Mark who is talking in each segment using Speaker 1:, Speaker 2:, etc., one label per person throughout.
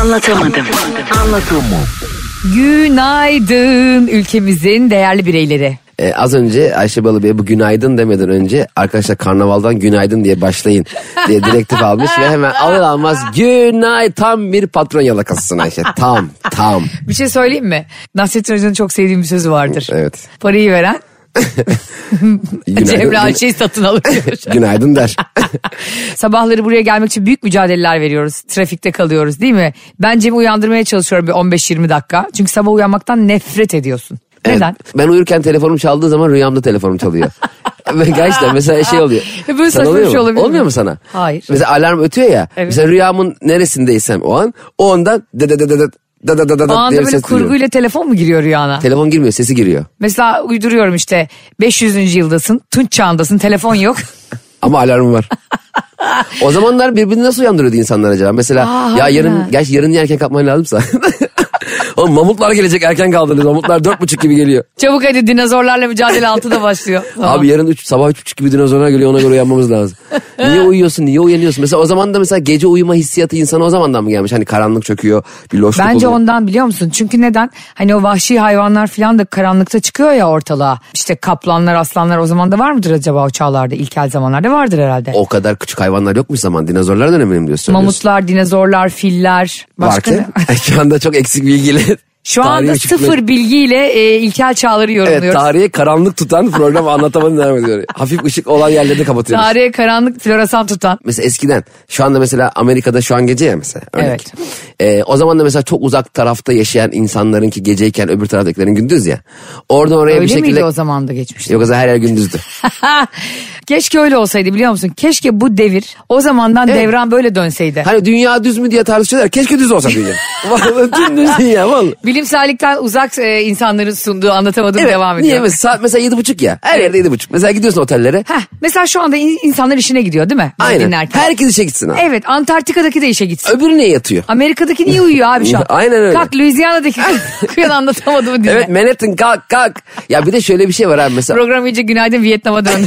Speaker 1: Anlatamadım. Anlatamadım.
Speaker 2: Günaydın ülkemizin değerli bireyleri.
Speaker 3: Ee, az önce Ayşe Balıbey'e bu günaydın demeden önce arkadaşlar karnavaldan günaydın diye başlayın diye direktif almış ve hemen alır almaz günay tam bir patron yalakasısın Ayşe. Tam tam.
Speaker 2: Bir şey söyleyeyim mi? Nasrettin Hoca'nın çok sevdiğim bir sözü vardır.
Speaker 3: Evet.
Speaker 2: Parayı veren Cemre
Speaker 3: gün-
Speaker 2: Ayşe'yi satın alır.
Speaker 3: günaydın der.
Speaker 2: Sabahları buraya gelmek için büyük mücadeleler veriyoruz. Trafikte kalıyoruz değil mi? Ben Cem'i uyandırmaya çalışıyorum bir 15-20 dakika. Çünkü sabah uyanmaktan nefret ediyorsun.
Speaker 3: Evet.
Speaker 2: Neden?
Speaker 3: Ben uyurken telefonum çaldığı zaman rüyamda telefonum çalıyor. Ve Gerçekten mesela şey oluyor.
Speaker 2: Ya böyle
Speaker 3: Sana
Speaker 2: saçma bir şey
Speaker 3: mu?
Speaker 2: olabilir mi?
Speaker 3: Olmuyor mu sana?
Speaker 2: Hayır.
Speaker 3: Mesela alarm ötüyor ya.
Speaker 2: Evet.
Speaker 3: Mesela rüyamın neresindeysem o an o anda da da da da da da da da da
Speaker 2: O
Speaker 3: da diye
Speaker 2: anda
Speaker 3: bir
Speaker 2: böyle
Speaker 3: ses duyuyorum.
Speaker 2: kurguyla telefon mu giriyor rüyana?
Speaker 3: Telefon girmiyor sesi giriyor.
Speaker 2: Mesela uyduruyorum işte 500. yıldasın, tunç çağındasın, telefon yok.
Speaker 3: Ama alarmı var. o zamanlar birbirini nasıl uyandırıyordu insanlar acaba? Mesela
Speaker 2: Aa,
Speaker 3: ya
Speaker 2: harbiden.
Speaker 3: yarın, gerçi yarın niye erken kalkman lazımsa. Oğlum mamutlar gelecek erken kaldınız. Mamutlar dört buçuk gibi geliyor.
Speaker 2: Çabuk hadi dinozorlarla mücadele altıda başlıyor. Tamam.
Speaker 3: Abi yarın üç, sabah üç buçuk gibi dinozorlar geliyor ona göre uyanmamız lazım. niye uyuyorsun niye uyanıyorsun? Mesela o zaman da mesela gece uyuma hissiyatı insana o zamandan mı gelmiş? Hani karanlık çöküyor bir loşluk
Speaker 2: Bence
Speaker 3: oluyor.
Speaker 2: ondan biliyor musun? Çünkü neden? Hani o vahşi hayvanlar falan da karanlıkta çıkıyor ya ortalığa. İşte kaplanlar, aslanlar o zaman da var mıdır acaba o çağlarda? İlkel zamanlarda vardır herhalde.
Speaker 3: O kadar küçük hayvanlar yokmuş zaman dinozorlar dönemi mi diyorsun?
Speaker 2: Mamutlar, dinozorlar, filler. Başka
Speaker 3: Varken
Speaker 2: ne?
Speaker 3: şu anda çok eksik bilgili.
Speaker 2: Şu anda
Speaker 3: Tarihi çıkmış-
Speaker 2: sıfır bilgiyle e, ilkel çağları
Speaker 3: Evet
Speaker 2: yorumluyoruz.
Speaker 3: tarihe karanlık tutan programı anlatamadan devam ediyor. Hafif ışık olan yerleri kapatıyoruz.
Speaker 2: Tarihe karanlık floresan tutan.
Speaker 3: Mesela eskiden şu anda mesela Amerika'da şu an gece ya mesela. Örnek. Ee, o zaman da mesela çok uzak tarafta yaşayan insanların ki geceyken öbür taraftakilerin gündüz ya. Oradan oraya
Speaker 2: Öyle
Speaker 3: bir şekilde...
Speaker 2: miydi o zaman da geçmişte?
Speaker 3: Yok o zaman her yer gündüzdü.
Speaker 2: Keşke öyle olsaydı biliyor musun? Keşke bu devir o zamandan devran böyle dönseydi.
Speaker 3: hani dünya düz mü diye tartışıyorlar. Keşke düz olsa dünya. Vallahi tüm düz dünya vallahi.
Speaker 2: Bilimsellikten uzak e, insanların sunduğu anlatamadım
Speaker 3: Evet,
Speaker 2: devam ediyor.
Speaker 3: Niye mesela, saat mesela yedi buçuk ya. Her yerde yedi buçuk. Mesela gidiyorsun otellere.
Speaker 2: Heh, mesela şu anda in- insanlar işine gidiyor değil mi? Bizi
Speaker 3: Aynen.
Speaker 2: Dinlerken.
Speaker 3: Herkes işe gitsin abi.
Speaker 2: Evet Antarktika'daki de işe gitsin.
Speaker 3: Öbürü niye yatıyor?
Speaker 2: Amerika'daki niye uyuyor abi şu an?
Speaker 3: Aynen öyle.
Speaker 2: Kalk Louisiana'daki kıyan anlatamadım dinle.
Speaker 3: Evet Manhattan kalk kalk. Ya bir de şöyle bir şey var abi mesela.
Speaker 2: Program iyice günaydın Vietnam'a döndü.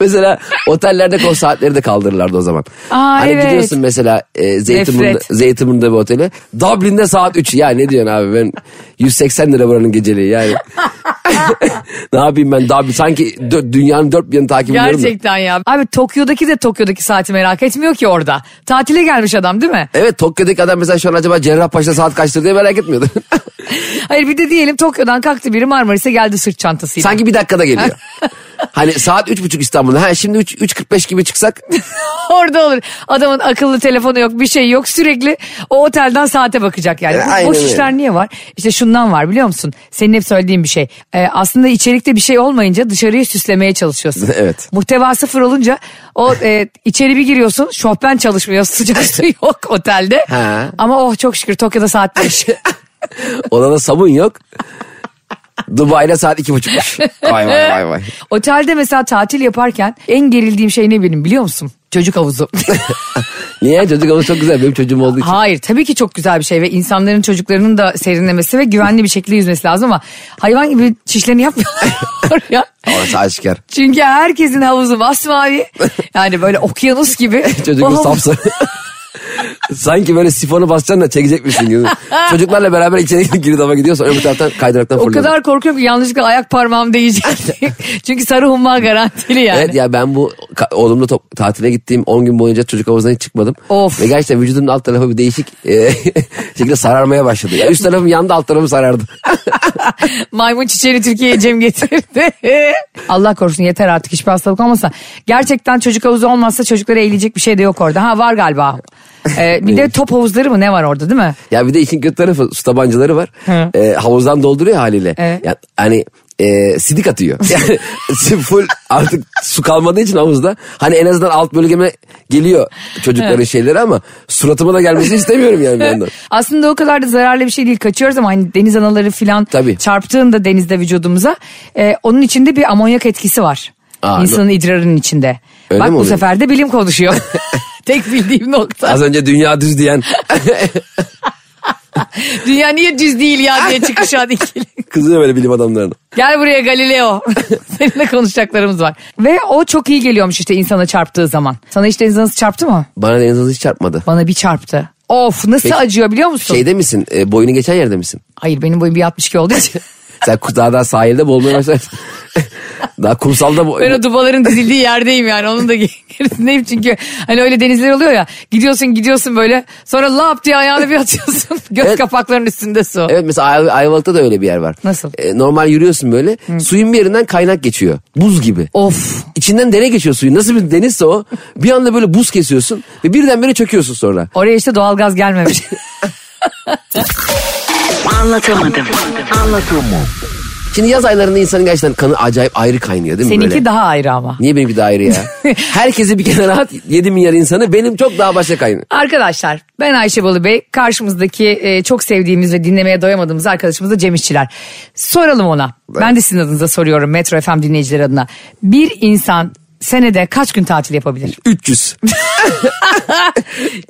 Speaker 3: Mesela otellerde kol saatleri de kaldırırlardı o zaman.
Speaker 2: Aa,
Speaker 3: hani
Speaker 2: evet.
Speaker 3: gidiyorsun mesela e, Zeytinburnu'nda,
Speaker 2: Nefret.
Speaker 3: Zeytinburnu'nda bir otele. Dublin'de saat 3. Ya ne diyorsun abi ben 180 lira buranın geceliği yani. ne yapayım ben Dublin sanki dö- dünyanın dört bir yanını takip ediyorum. da.
Speaker 2: Gerçekten ya. Abi Tokyo'daki de Tokyo'daki saati merak etmiyor ki orada. Tatile gelmiş adam değil mi?
Speaker 3: Evet Tokyo'daki adam mesela şu an acaba Cerrahpaşa'da saat kaçtır diye merak etmiyordu.
Speaker 2: Hayır bir de diyelim Tokyo'dan kalktı biri Marmaris'e geldi sırt çantasıyla.
Speaker 3: sanki bir dakikada geliyor. hani saat üç buçuk İstanbul'da. Ha şimdi üç- 3.45 gibi çıksak
Speaker 2: Orada olur. Adamın akıllı telefonu yok bir şey yok sürekli o otelden saate bakacak yani.
Speaker 3: E,
Speaker 2: Bu
Speaker 3: aynen
Speaker 2: boş
Speaker 3: öyle.
Speaker 2: işler niye var? İşte şundan var biliyor musun? Senin hep söylediğin bir şey. Ee, aslında içerikte bir şey olmayınca dışarıyı süslemeye çalışıyorsun.
Speaker 3: Evet.
Speaker 2: Muhteva sıfır olunca o e, içeri bir giriyorsun şofben çalışmıyor sıcak su yok otelde.
Speaker 3: Ha.
Speaker 2: Ama oh çok şükür Tokyo'da saat 5.
Speaker 3: odada sabun yok. Dubai'de saat iki buçukmuş. Vay vay vay vay.
Speaker 2: Otelde mesela tatil yaparken en gerildiğim şey ne benim biliyor musun? Çocuk havuzu.
Speaker 3: Niye? Çocuk havuzu çok güzel. Benim çocuğum olduğu için.
Speaker 2: Hayır tabii ki çok güzel bir şey ve insanların çocuklarının da serinlemesi ve güvenli bir şekilde yüzmesi lazım ama hayvan gibi çişlerini yapmıyorlar oraya.
Speaker 3: Orası aşikar.
Speaker 2: Çünkü herkesin havuzu masmavi. Yani böyle okyanus gibi.
Speaker 3: Çocuğun
Speaker 2: O havuz-
Speaker 3: sapsarı. Sanki böyle sifonu basacaksın da çekecekmişsin gibi. Çocuklarla beraber içeri girdaba gidiyorsun. Öbür taraftan kaydıraktan
Speaker 2: O
Speaker 3: fırlıyorsun.
Speaker 2: kadar korkuyorum ki yanlışlıkla ayak parmağım değecek. Çünkü sarı humma garantili yani.
Speaker 3: Evet ya ben bu ka- oğlumla top- tatile gittiğim 10 gün boyunca çocuk havuzundan hiç çıkmadım.
Speaker 2: Of.
Speaker 3: Ve gerçekten vücudumun alt tarafı bir değişik e, şekilde sararmaya başladı. Yani üst tarafım yandı alt tarafım sarardı.
Speaker 2: Maymun çiçeğini Türkiye'ye Cem getirdi. Allah korusun yeter artık hiçbir hastalık olmasa. Gerçekten çocuk havuzu olmazsa çocuklara eğilecek bir şey de yok orada. Ha var galiba. Ee, bir de top havuzları mı ne var orada değil mi?
Speaker 3: Ya bir de işin kötü tarafı su tabancaları var.
Speaker 2: Hı.
Speaker 3: Ee, havuzdan dolduruyor haliyle.
Speaker 2: Evet.
Speaker 3: Ya, hani e, sidik atıyor. Yani full artık su kalmadığı için havuzda. Hani en azından alt bölgeme geliyor çocukların şeyleri ama suratıma da gelmesini istemiyorum yani bir yandan.
Speaker 2: Aslında o kadar da zararlı bir şey değil. Kaçıyoruz ama hani deniz anaları filan
Speaker 3: Tabii.
Speaker 2: çarptığında denizde vücudumuza e, onun içinde bir amonyak etkisi var.
Speaker 3: Aa,
Speaker 2: İnsanın idrarının içinde.
Speaker 3: Öyle mi
Speaker 2: Bak bu
Speaker 3: oluyor?
Speaker 2: sefer de bilim konuşuyor. Tek bildiğim nokta.
Speaker 3: Az önce dünya düz diyen
Speaker 2: Dünya niye düz değil ya diye çıkışan ikili.
Speaker 3: kızıyor böyle bilim adamlarına.
Speaker 2: Gel buraya Galileo. Seninle konuşacaklarımız var. Ve o çok iyi geliyormuş işte insana çarptığı zaman. Sana hiç deniz anası çarptı mı?
Speaker 3: Bana deniz anası hiç çarpmadı.
Speaker 2: Bana bir çarptı. Of nasıl
Speaker 3: Peki,
Speaker 2: acıyor biliyor musun?
Speaker 3: Şeyde misin? E, boyunu geçen yerde misin?
Speaker 2: Hayır benim boyum bir 62 olduğu için.
Speaker 3: Sen ku- daha, daha sahilde boğulmaya başladın. daha kumsalda bo-
Speaker 2: Ben o dubaların dizildiği yerdeyim yani onun da gerisindeyim çünkü hani öyle denizler oluyor ya gidiyorsun gidiyorsun böyle sonra lap diye ayağını bir atıyorsun göz
Speaker 3: Evet.
Speaker 2: kapaklarının üstünde su.
Speaker 3: Evet mesela Ay- Ayvalık'ta da öyle bir yer var.
Speaker 2: Nasıl?
Speaker 3: E, normal yürüyorsun böyle. Suyun bir yerinden kaynak geçiyor. Buz gibi.
Speaker 2: Of
Speaker 3: İçinden dere geçiyor suyun. Nasıl bir denizse o. Bir anda böyle buz kesiyorsun ve birdenbire çöküyorsun sonra.
Speaker 2: oraya işte doğalgaz gelmemiş.
Speaker 1: Anlatamadım. Anlatamadım.
Speaker 3: Şimdi yaz aylarında insanın gerçekten kanı acayip ayrı kaynıyor değil mi
Speaker 2: Seninki
Speaker 3: böyle?
Speaker 2: daha ayrı ama.
Speaker 3: Niye benimki daha ayrı ya? Herkesi bir kenara at 7 milyar insanı benim çok daha başka kaynıyor.
Speaker 2: Arkadaşlar ben Ayşe Balı Bey karşımızdaki e, çok sevdiğimiz ve dinlemeye doyamadığımız arkadaşımız da Cem İşçiler. Soralım ona ben de sizin adınıza soruyorum Metro FM dinleyicileri adına. Bir insan senede kaç gün tatil yapabilir?
Speaker 3: 300.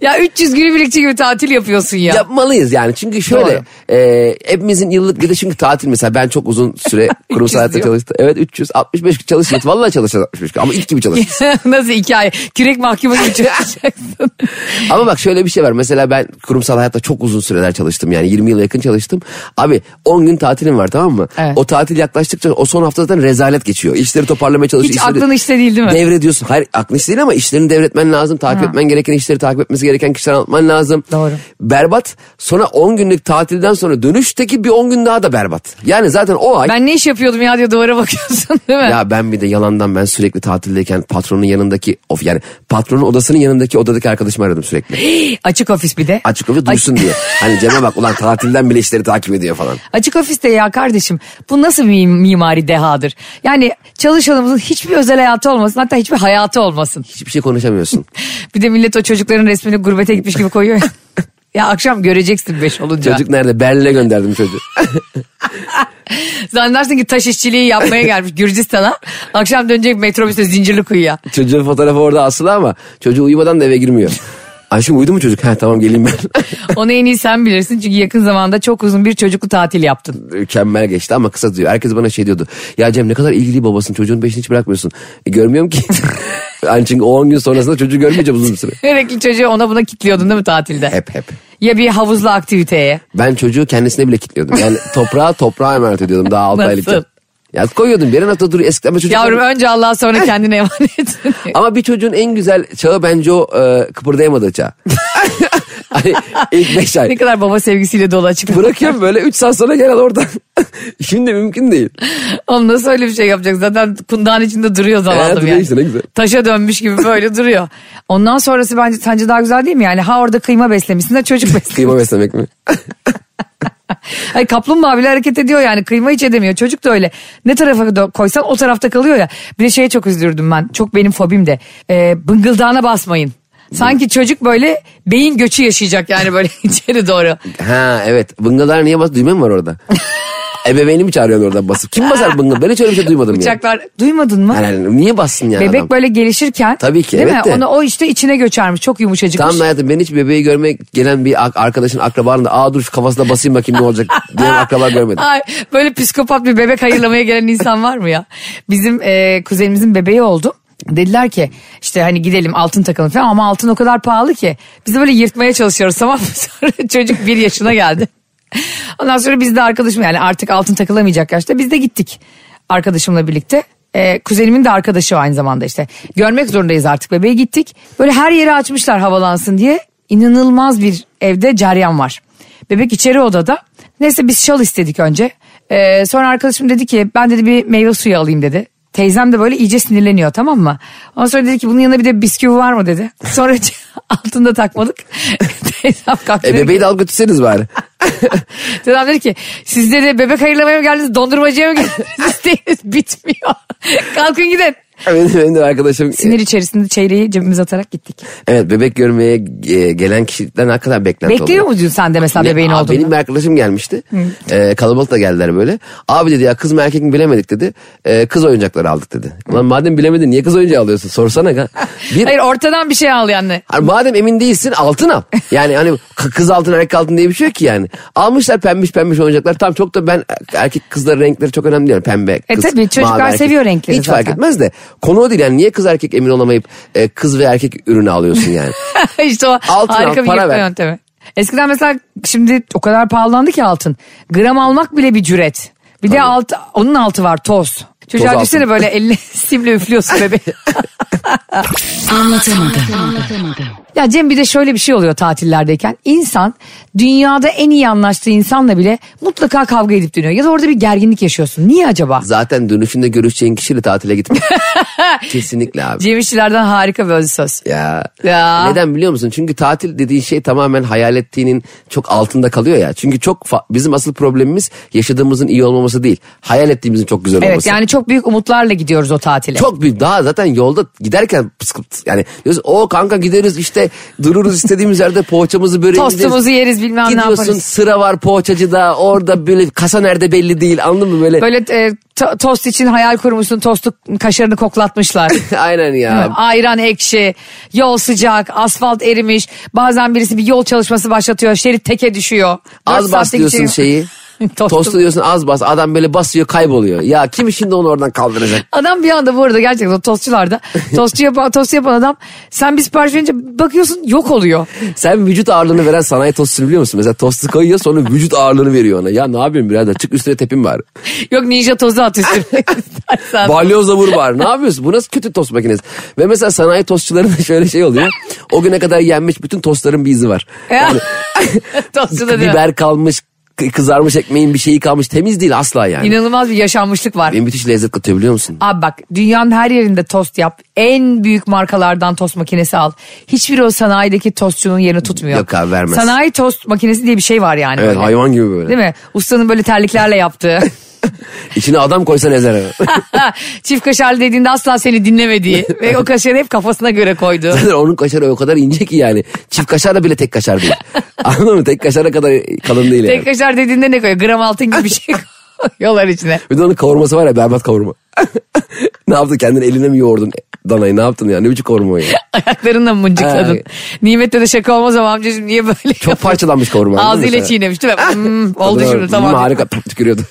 Speaker 2: Ya 300 günü birlikte gibi tatil yapıyorsun ya.
Speaker 3: Yapmalıyız yani çünkü şöyle e, hepimizin yıllık bir de çünkü tatil mesela ben çok uzun süre
Speaker 2: 300
Speaker 3: kurumsal hayatta
Speaker 2: diyor.
Speaker 3: çalıştım. Evet 300 65 gün çalışırız. Vallahi çalışırız 65 gün ama it gibi çalışırız.
Speaker 2: Nasıl hikaye? Kürek mahkumu gibi çalışacaksın.
Speaker 3: Ama bak şöyle bir şey var. Mesela ben kurumsal hayatta çok uzun süreler çalıştım. Yani 20 yıla yakın çalıştım. Abi 10 gün tatilim var tamam mı?
Speaker 2: Evet.
Speaker 3: O tatil yaklaştıkça o son hafta zaten rezalet geçiyor. İşleri toparlamaya çalışıyorsun.
Speaker 2: Hiç
Speaker 3: işleri-
Speaker 2: aklın işte değil değil mi?
Speaker 3: Devrediyorsun. Hayır aklın iş değil ama işlerini devretmen lazım. Takip etmen gereken işleri takip etmesi gereken kişileri anlatman lazım.
Speaker 2: Doğru.
Speaker 3: Berbat. Sonra 10 günlük tatilden sonra dönüşteki bir 10 gün daha da berbat. Yani zaten o ay...
Speaker 2: ben ne iş yapıyordum ya diye duvara bakıyorsun değil mi?
Speaker 3: Ya ben bir de yalandan ben sürekli tatildeyken patronun yanındaki of yani patronun odasının yanındaki odadaki arkadaşımı aradım sürekli.
Speaker 2: Açık ofis bir de.
Speaker 3: açık kafa duysun diye. Hani Cem'e bak ulan tatilden bile işleri takip ediyor falan.
Speaker 2: Açık ofiste ya kardeşim bu nasıl bir mimari dehadır? Yani çalışanımızın hiçbir özel hayatı olmasın hatta hiçbir hayatı olmasın.
Speaker 3: Hiçbir şey konuşamıyorsun.
Speaker 2: Bir de millet o çocukların resmini gurbete gitmiş gibi koyuyor. ya. ya akşam göreceksin beş olunca.
Speaker 3: Çocuk nerede? Berlin'e gönderdim çocuğu.
Speaker 2: Zannedersin ki taş işçiliği yapmaya gelmiş Gürcistan'a. Akşam dönecek metrobüste zincirli kuyuya.
Speaker 3: Çocuğun fotoğrafı orada asılı ama çocuğu uyumadan da eve girmiyor. Ayşe uyudu mu çocuk? Ha tamam geleyim ben.
Speaker 2: Onu en iyi sen bilirsin çünkü yakın zamanda çok uzun bir çocuklu tatil yaptın.
Speaker 3: Mükemmel geçti ama kısa diyor. Herkes bana şey diyordu. Ya Cem ne kadar ilgili babasın çocuğun peşini hiç bırakmıyorsun. E, görmüyorum ki. yani çünkü o 10 gün sonrasında çocuğu görmeyeceğim uzun bir süre.
Speaker 2: Sürekli çocuğu ona buna kitliyordun değil mi tatilde?
Speaker 3: Hep hep.
Speaker 2: Ya bir havuzlu aktiviteye.
Speaker 3: Ben çocuğu kendisine bile kilitliyordum. Yani toprağa toprağa emanet ediyordum daha 6
Speaker 2: Nasıl?
Speaker 3: aylıkken. Ya koyuyordum bir yere nasıl duruyor eskiden ben çocuk-
Speaker 2: Yavrum önce Allah'a sonra kendine emanet.
Speaker 3: Ama bir çocuğun en güzel çağı bence o e, kıpırdayamadığı çağ. hani ilk beş
Speaker 2: ne
Speaker 3: ay.
Speaker 2: kadar baba sevgisiyle dolu açık.
Speaker 3: Bırakıyorum böyle 3 saat sonra gel al oradan. Şimdi mümkün değil.
Speaker 2: Oğlum nasıl öyle bir şey yapacak? Zaten kundağın içinde duruyor
Speaker 3: Evet,
Speaker 2: zavallı
Speaker 3: duruyor işte, ne güzel.
Speaker 2: Taşa dönmüş gibi böyle duruyor. Ondan sonrası bence sence daha güzel değil mi? Yani ha orada kıyma beslemişsin de çocuk beslemiş.
Speaker 3: Kıyma beslemek mi?
Speaker 2: Ay kaplumbağa bile hareket ediyor yani kıyma hiç edemiyor. Çocuk da öyle. Ne tarafa do- koysan o tarafta kalıyor ya. Bir de şeye çok üzülürdüm ben. Çok benim fobim de. Ee, bıngıldağına basmayın. Sanki çocuk böyle beyin göçü yaşayacak yani böyle içeri doğru.
Speaker 3: Ha evet. Bıngalar niye bas? Düğme mi var orada? Ebeveyni mi çağırıyorsun oradan basıp? Kim basar bıngal? Ben hiç öyle bir şey duymadım ya.
Speaker 2: Bıçaklar duymadın mı?
Speaker 3: Yani. hani niye bassın yani
Speaker 2: Bebek
Speaker 3: adam?
Speaker 2: böyle gelişirken
Speaker 3: Tabii ki,
Speaker 2: değil
Speaker 3: evet
Speaker 2: mi?
Speaker 3: de.
Speaker 2: Onu o işte içine göçermiş. Çok yumuşacıkmış.
Speaker 3: Tamam da hayatım ben hiç bebeği görmeye gelen bir ak- arkadaşın akrabanın da aa dur şu kafasına basayım bakayım ne olacak diyen akraba görmedim.
Speaker 2: Ay, böyle psikopat bir bebek hayırlamaya gelen insan var mı ya? Bizim e, kuzenimizin bebeği oldu. Dediler ki işte hani gidelim altın takalım falan ama altın o kadar pahalı ki. Biz de böyle yırtmaya çalışıyoruz tamam mı? Sonra çocuk bir yaşına geldi. Ondan sonra biz de arkadaşım yani artık altın takılamayacak yaşta biz de gittik arkadaşımla birlikte. E, kuzenimin de arkadaşı o aynı zamanda işte. Görmek zorundayız artık bebeği gittik. Böyle her yeri açmışlar havalansın diye. İnanılmaz bir evde ceryan var. Bebek içeri odada. Neyse biz şal istedik önce. Ee, sonra arkadaşım dedi ki ben dedi bir meyve suyu alayım dedi. Teyzem de böyle iyice sinirleniyor tamam mı? Ondan sonra dedi ki bunun yanında bir de bisküvi var mı dedi. Sonra altında takmadık. Teyzem kalktı.
Speaker 3: E
Speaker 2: dedi ki-
Speaker 3: bebeği de al götürseniz bari.
Speaker 2: Teyzem dedi ki siz dedi bebek hayırlamaya mı geldiniz dondurmacıya mı geldiniz İsteğiniz bitmiyor. Kalkın gidin.
Speaker 3: benim, benim de arkadaşım
Speaker 2: Sinir içerisinde çeyreği cebimize atarak gittik.
Speaker 3: Evet bebek görmeye e, gelen kişiden hakikaten beklenti
Speaker 2: Bekliyor
Speaker 3: oluyor.
Speaker 2: muydun sen de mesela
Speaker 3: Ne-
Speaker 2: bebeğin
Speaker 3: Aa,
Speaker 2: olduğunu?
Speaker 3: Benim bir arkadaşım gelmişti. Ee, kalabalık da geldiler böyle. Abi dedi ya kız mı erkek mi bilemedik dedi. Ee, kız oyuncakları aldık dedi. Ulan madem bilemedin niye kız oyuncağı alıyorsun sorsana. ka. Bir,
Speaker 2: Hayır ortadan bir şey al yani.
Speaker 3: Hani madem emin değilsin altın al. Yani hani k- kız altın erkek altın diye bir şey yok ki yani. Almışlar pembiş pembiş oyuncaklar. Tam çok da ben erkek kızların renkleri çok önemli değil. Pembe
Speaker 2: E
Speaker 3: kız.
Speaker 2: tabii, çocuklar
Speaker 3: mavi erkek.
Speaker 2: seviyor renkleri
Speaker 3: Hiç fark
Speaker 2: zaten.
Speaker 3: etmez de. Konu o değil yani niye kız erkek emin olamayıp e, kız ve erkek ürünü alıyorsun yani.
Speaker 2: işte o
Speaker 3: Altın
Speaker 2: harika
Speaker 3: al,
Speaker 2: bir
Speaker 3: para
Speaker 2: yırtma
Speaker 3: ver.
Speaker 2: yöntemi. Eskiden mesela şimdi o kadar pahalandı ki altın. Gram almak bile bir cüret. Bir de alt, onun altı var toz. Çocuğa
Speaker 3: Toz altın.
Speaker 2: düşsene böyle elini simle üflüyorsun bebeği.
Speaker 1: Anlatamadım. Anlatamadım.
Speaker 2: Ya Cem bir de şöyle bir şey oluyor tatillerdeyken. İnsan dünyada en iyi anlaştığı insanla bile mutlaka kavga edip dönüyor. Ya da orada bir gerginlik yaşıyorsun. Niye acaba?
Speaker 3: Zaten dönüşünde görüşeceğin kişiyle tatile gitme. Kesinlikle abi.
Speaker 2: Cem İşçilerden harika bir özlü söz.
Speaker 3: Ya.
Speaker 2: Ya.
Speaker 3: Neden biliyor musun? Çünkü tatil dediğin şey tamamen hayal ettiğinin çok altında kalıyor ya. Çünkü çok fa- bizim asıl problemimiz yaşadığımızın iyi olmaması değil. Hayal ettiğimizin çok güzel
Speaker 2: Evet
Speaker 3: olması.
Speaker 2: yani çok büyük umutlarla gidiyoruz o tatile.
Speaker 3: Çok büyük daha zaten yolda giderken pıskırt yani diyoruz o kanka gideriz işte dururuz istediğimiz yerde poğaçamızı böreğimizi
Speaker 2: Tostumuzu yeriz bilmem ne
Speaker 3: Gidiyorsun
Speaker 2: yaparız.
Speaker 3: sıra var poğaçacıda orada böyle kasa nerede belli değil anladın mı böyle,
Speaker 2: Böyle e, to- tost için hayal kurmuşsun tostu kaşarını koklatmışlar.
Speaker 3: aynen ya
Speaker 2: Ayran ekşi, yol sıcak, asfalt erimiş. Bazen birisi bir yol çalışması başlatıyor. Şerit teke düşüyor. Dört şey-
Speaker 3: az
Speaker 2: saatte
Speaker 3: bas diyorsun
Speaker 2: geçiyor.
Speaker 3: şeyi
Speaker 2: Tostu.
Speaker 3: tostu diyorsun az bas adam böyle basıyor kayboluyor ya kim şimdi onu oradan kaldıracak
Speaker 2: Adam bir anda bu arada gerçekten o tostçularda tostçu yapan, tost yapan adam sen bir sipariş verince bakıyorsun yok oluyor.
Speaker 3: sen vücut ağırlığını veren sanayi tostunu biliyor musun mesela tostu koyuyor sonra vücut ağırlığını veriyor ona ya ne yapıyorsun birader çık üstüne tepin var
Speaker 2: Yok ninja tozu at üstüne. İstersen.
Speaker 3: Balyozla vur var. Ne yapıyorsun? Bu nasıl kötü tost makinesi? Ve mesela sanayi tostçularında şöyle şey oluyor. O güne kadar yenmiş bütün tostların bir izi var. Yani
Speaker 2: Tostçu da değil mi?
Speaker 3: biber kalmış, k- kızarmış ekmeğin bir şeyi kalmış. Temiz değil asla yani.
Speaker 2: İnanılmaz bir yaşanmışlık var.
Speaker 3: Benim müthiş lezzet katıyor biliyor musun?
Speaker 2: Abi bak dünyanın her yerinde tost yap. En büyük markalardan tost makinesi al. Hiçbiri o sanayideki tostçunun yerini tutmuyor.
Speaker 3: Yok abi, vermez.
Speaker 2: Sanayi tost makinesi diye bir şey var yani.
Speaker 3: Evet
Speaker 2: böyle.
Speaker 3: hayvan gibi böyle.
Speaker 2: Değil mi? Ustanın böyle terliklerle yaptığı.
Speaker 3: İçine adam koysan ezer. hemen.
Speaker 2: Çift kaşarlı dediğinde asla seni dinlemediği. Ve o kaşarı hep kafasına göre koydu.
Speaker 3: Zaten onun kaşarı o kadar ince ki yani. Çift kaşarla bile tek kaşar değil. Anladın mı? Tek kaşara kadar kalın değil yani.
Speaker 2: Tek kaşar dediğinde ne koyuyor? Gram altın gibi bir şey koyuyorlar içine.
Speaker 3: Bir de onun kavurması var ya berbat kavurma. ne yaptın kendini eline mi yoğurdun danayı ne yaptın ya ne biçim kavurma o ya?
Speaker 2: Ayaklarınla mı mıncıkladın?
Speaker 3: Ay.
Speaker 2: Nimet'te de şaka olmaz ama amcacığım niye böyle
Speaker 3: Çok parçalanmış kavurma. değil mi
Speaker 2: Ağzıyla
Speaker 3: mesela?
Speaker 2: çiğnemiş değil mi? Hmm, oldu
Speaker 3: Tadı var.
Speaker 2: şimdi tamam.
Speaker 3: Hmm, harika Pıt, tükürüyordu.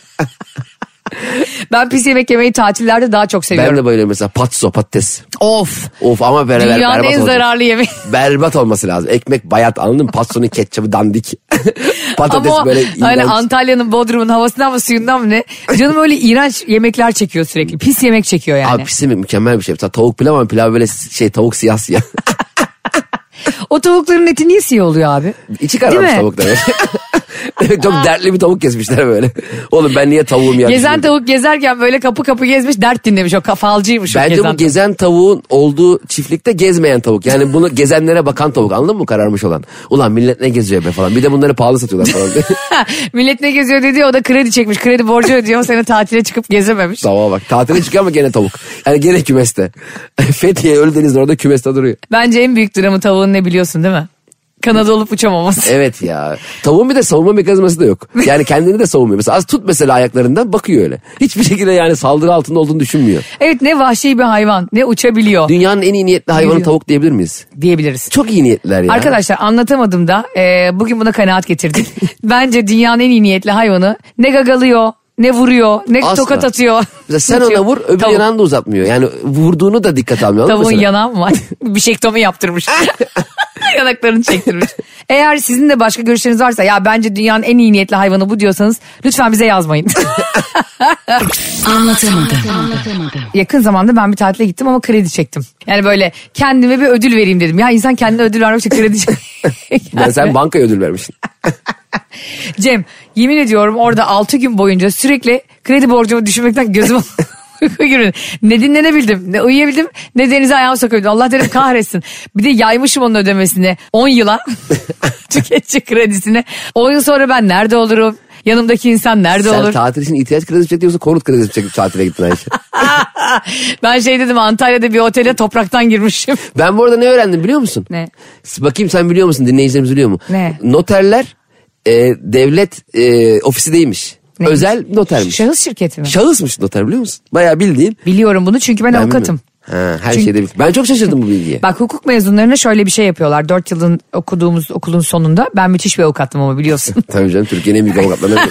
Speaker 2: Ben pis yemek yemeyi tatillerde daha çok
Speaker 3: ben
Speaker 2: seviyorum.
Speaker 3: de böyle mesela patso patates.
Speaker 2: Of.
Speaker 3: Of ama böyle ber-
Speaker 2: Dünyanın
Speaker 3: berbat
Speaker 2: en
Speaker 3: olacak.
Speaker 2: zararlı yemeği.
Speaker 3: Berbat olması lazım. Ekmek bayat anladın mı? Patsonun ketçabı dandik. patates
Speaker 2: Ama o-
Speaker 3: böyle
Speaker 2: hani
Speaker 3: iğrenç.
Speaker 2: Antalya'nın Bodrum'un havasından mı suyundan mı ne? Canım öyle iğrenç yemekler çekiyor sürekli. Pis yemek çekiyor yani.
Speaker 3: Abi pisi mi? mükemmel bir şey. Mesela tavuk pilav ama pilav böyle şey tavuk siyah siyah.
Speaker 2: O tavukların eti niye siyah oluyor abi?
Speaker 3: İçi kararmış
Speaker 2: Değil mi?
Speaker 3: tavuklar. Demek çok dertli bir tavuk kesmişler böyle. Oğlum ben niye tavuğum ya?
Speaker 2: Gezen tavuk gezerken böyle kapı kapı gezmiş dert dinlemiş o kafalcıymış o
Speaker 3: Bence
Speaker 2: gezen
Speaker 3: bu
Speaker 2: tavuk.
Speaker 3: gezen tavuğun olduğu çiftlikte gezmeyen tavuk. Yani bunu gezenlere bakan tavuk anladın mı kararmış olan? Ulan millet ne geziyor be falan. Bir de bunları pahalı satıyorlar falan.
Speaker 2: Millet ne geziyor dedi o da kredi çekmiş kredi borcu ödüyor ama sene tatile çıkıp gezememiş.
Speaker 3: Tamam bak tatile çıkıyor ama gene tavuk. Yani gene kümeste. Fethiye Ölüdeniz'de orada kümeste duruyor.
Speaker 2: Bence en büyük dramı tavuğun ne biliyorsun değil mi? Kanada olup uçamaması.
Speaker 3: Evet ya. Tavuğun bir de savunma mekanizması da yok. Yani kendini de savunmuyor. Mesela az tut mesela ayaklarından bakıyor öyle. Hiçbir şekilde yani saldırı altında olduğunu düşünmüyor.
Speaker 2: Evet ne vahşi bir hayvan ne uçabiliyor
Speaker 3: Dünyanın en iyi niyetli hayvanı
Speaker 2: Yürüyor.
Speaker 3: tavuk diyebilir miyiz?
Speaker 2: diyebiliriz.
Speaker 3: Çok iyi niyetliler ya.
Speaker 2: Arkadaşlar anlatamadım da e, bugün buna kanaat getirdik. Bence dünyanın en iyi niyetli hayvanı ne gagalıyor ne vuruyor ne
Speaker 3: Asla.
Speaker 2: tokat atıyor.
Speaker 3: Mesela sen ona
Speaker 2: Atıyor.
Speaker 3: vur öbür
Speaker 2: Tavuk-
Speaker 3: yanağını da uzatmıyor. Yani vurduğunu da dikkat almıyor. anladın mı
Speaker 2: Tavuğun
Speaker 3: mesela?
Speaker 2: yanağı mı var? Bişektomi yaptırmış. Yanaklarını çektirmiş. Eğer sizin de başka görüşleriniz varsa ya bence dünyanın en iyi niyetli hayvanı bu diyorsanız lütfen bize yazmayın.
Speaker 1: Anlatamadım. Anlatamadım.
Speaker 2: Yakın zamanda ben bir tatile gittim ama kredi çektim. Yani böyle kendime bir ödül vereyim dedim. Ya insan kendine ödül vermek için kredi çek.
Speaker 3: Ben sen bankaya ödül vermişsin.
Speaker 2: Cem yemin ediyorum orada 6 gün boyunca sürekli kredi borcumu düşünmekten gözüm uyku girmedi. Ne dinlenebildim, ne uyuyabildim, ne denize ayağımı sokabildim. Allah derim kahretsin. Bir de yaymışım onun ödemesini 10 yıla tüketici kredisini. 10 yıl sonra ben nerede olurum? Yanımdaki insan nerede
Speaker 3: sen
Speaker 2: olur?
Speaker 3: tatil için ihtiyaç kredisi mi çektin yoksa konut kredisi mi çekip tatile gittin şey? Ayşe?
Speaker 2: ben şey dedim Antalya'da bir otele topraktan girmişim.
Speaker 3: ben bu arada ne öğrendim biliyor musun?
Speaker 2: Ne?
Speaker 3: S- Bakayım sen biliyor musun dinleyicilerimiz biliyor mu?
Speaker 2: Ne?
Speaker 3: Noterler e, devlet e, ofisi değilmiş.
Speaker 2: Neymiş?
Speaker 3: Özel notermiş.
Speaker 2: Şahıs şirketi mi?
Speaker 3: Şahısmış noter biliyor musun? Bayağı bildiğin.
Speaker 2: Biliyorum bunu çünkü ben,
Speaker 3: Ben
Speaker 2: avukatım.
Speaker 3: bilmiyorum. Ha, her
Speaker 2: Çünkü-
Speaker 3: şeyde bil- Ben çok şaşırdım bu bilgiye.
Speaker 2: Bak hukuk mezunlarına şöyle bir şey yapıyorlar. 4 yılın okuduğumuz okulun sonunda ben müthiş bir avukattım ama biliyorsun.
Speaker 3: Tabii canım Türkiye'nin en büyük avukatlarına.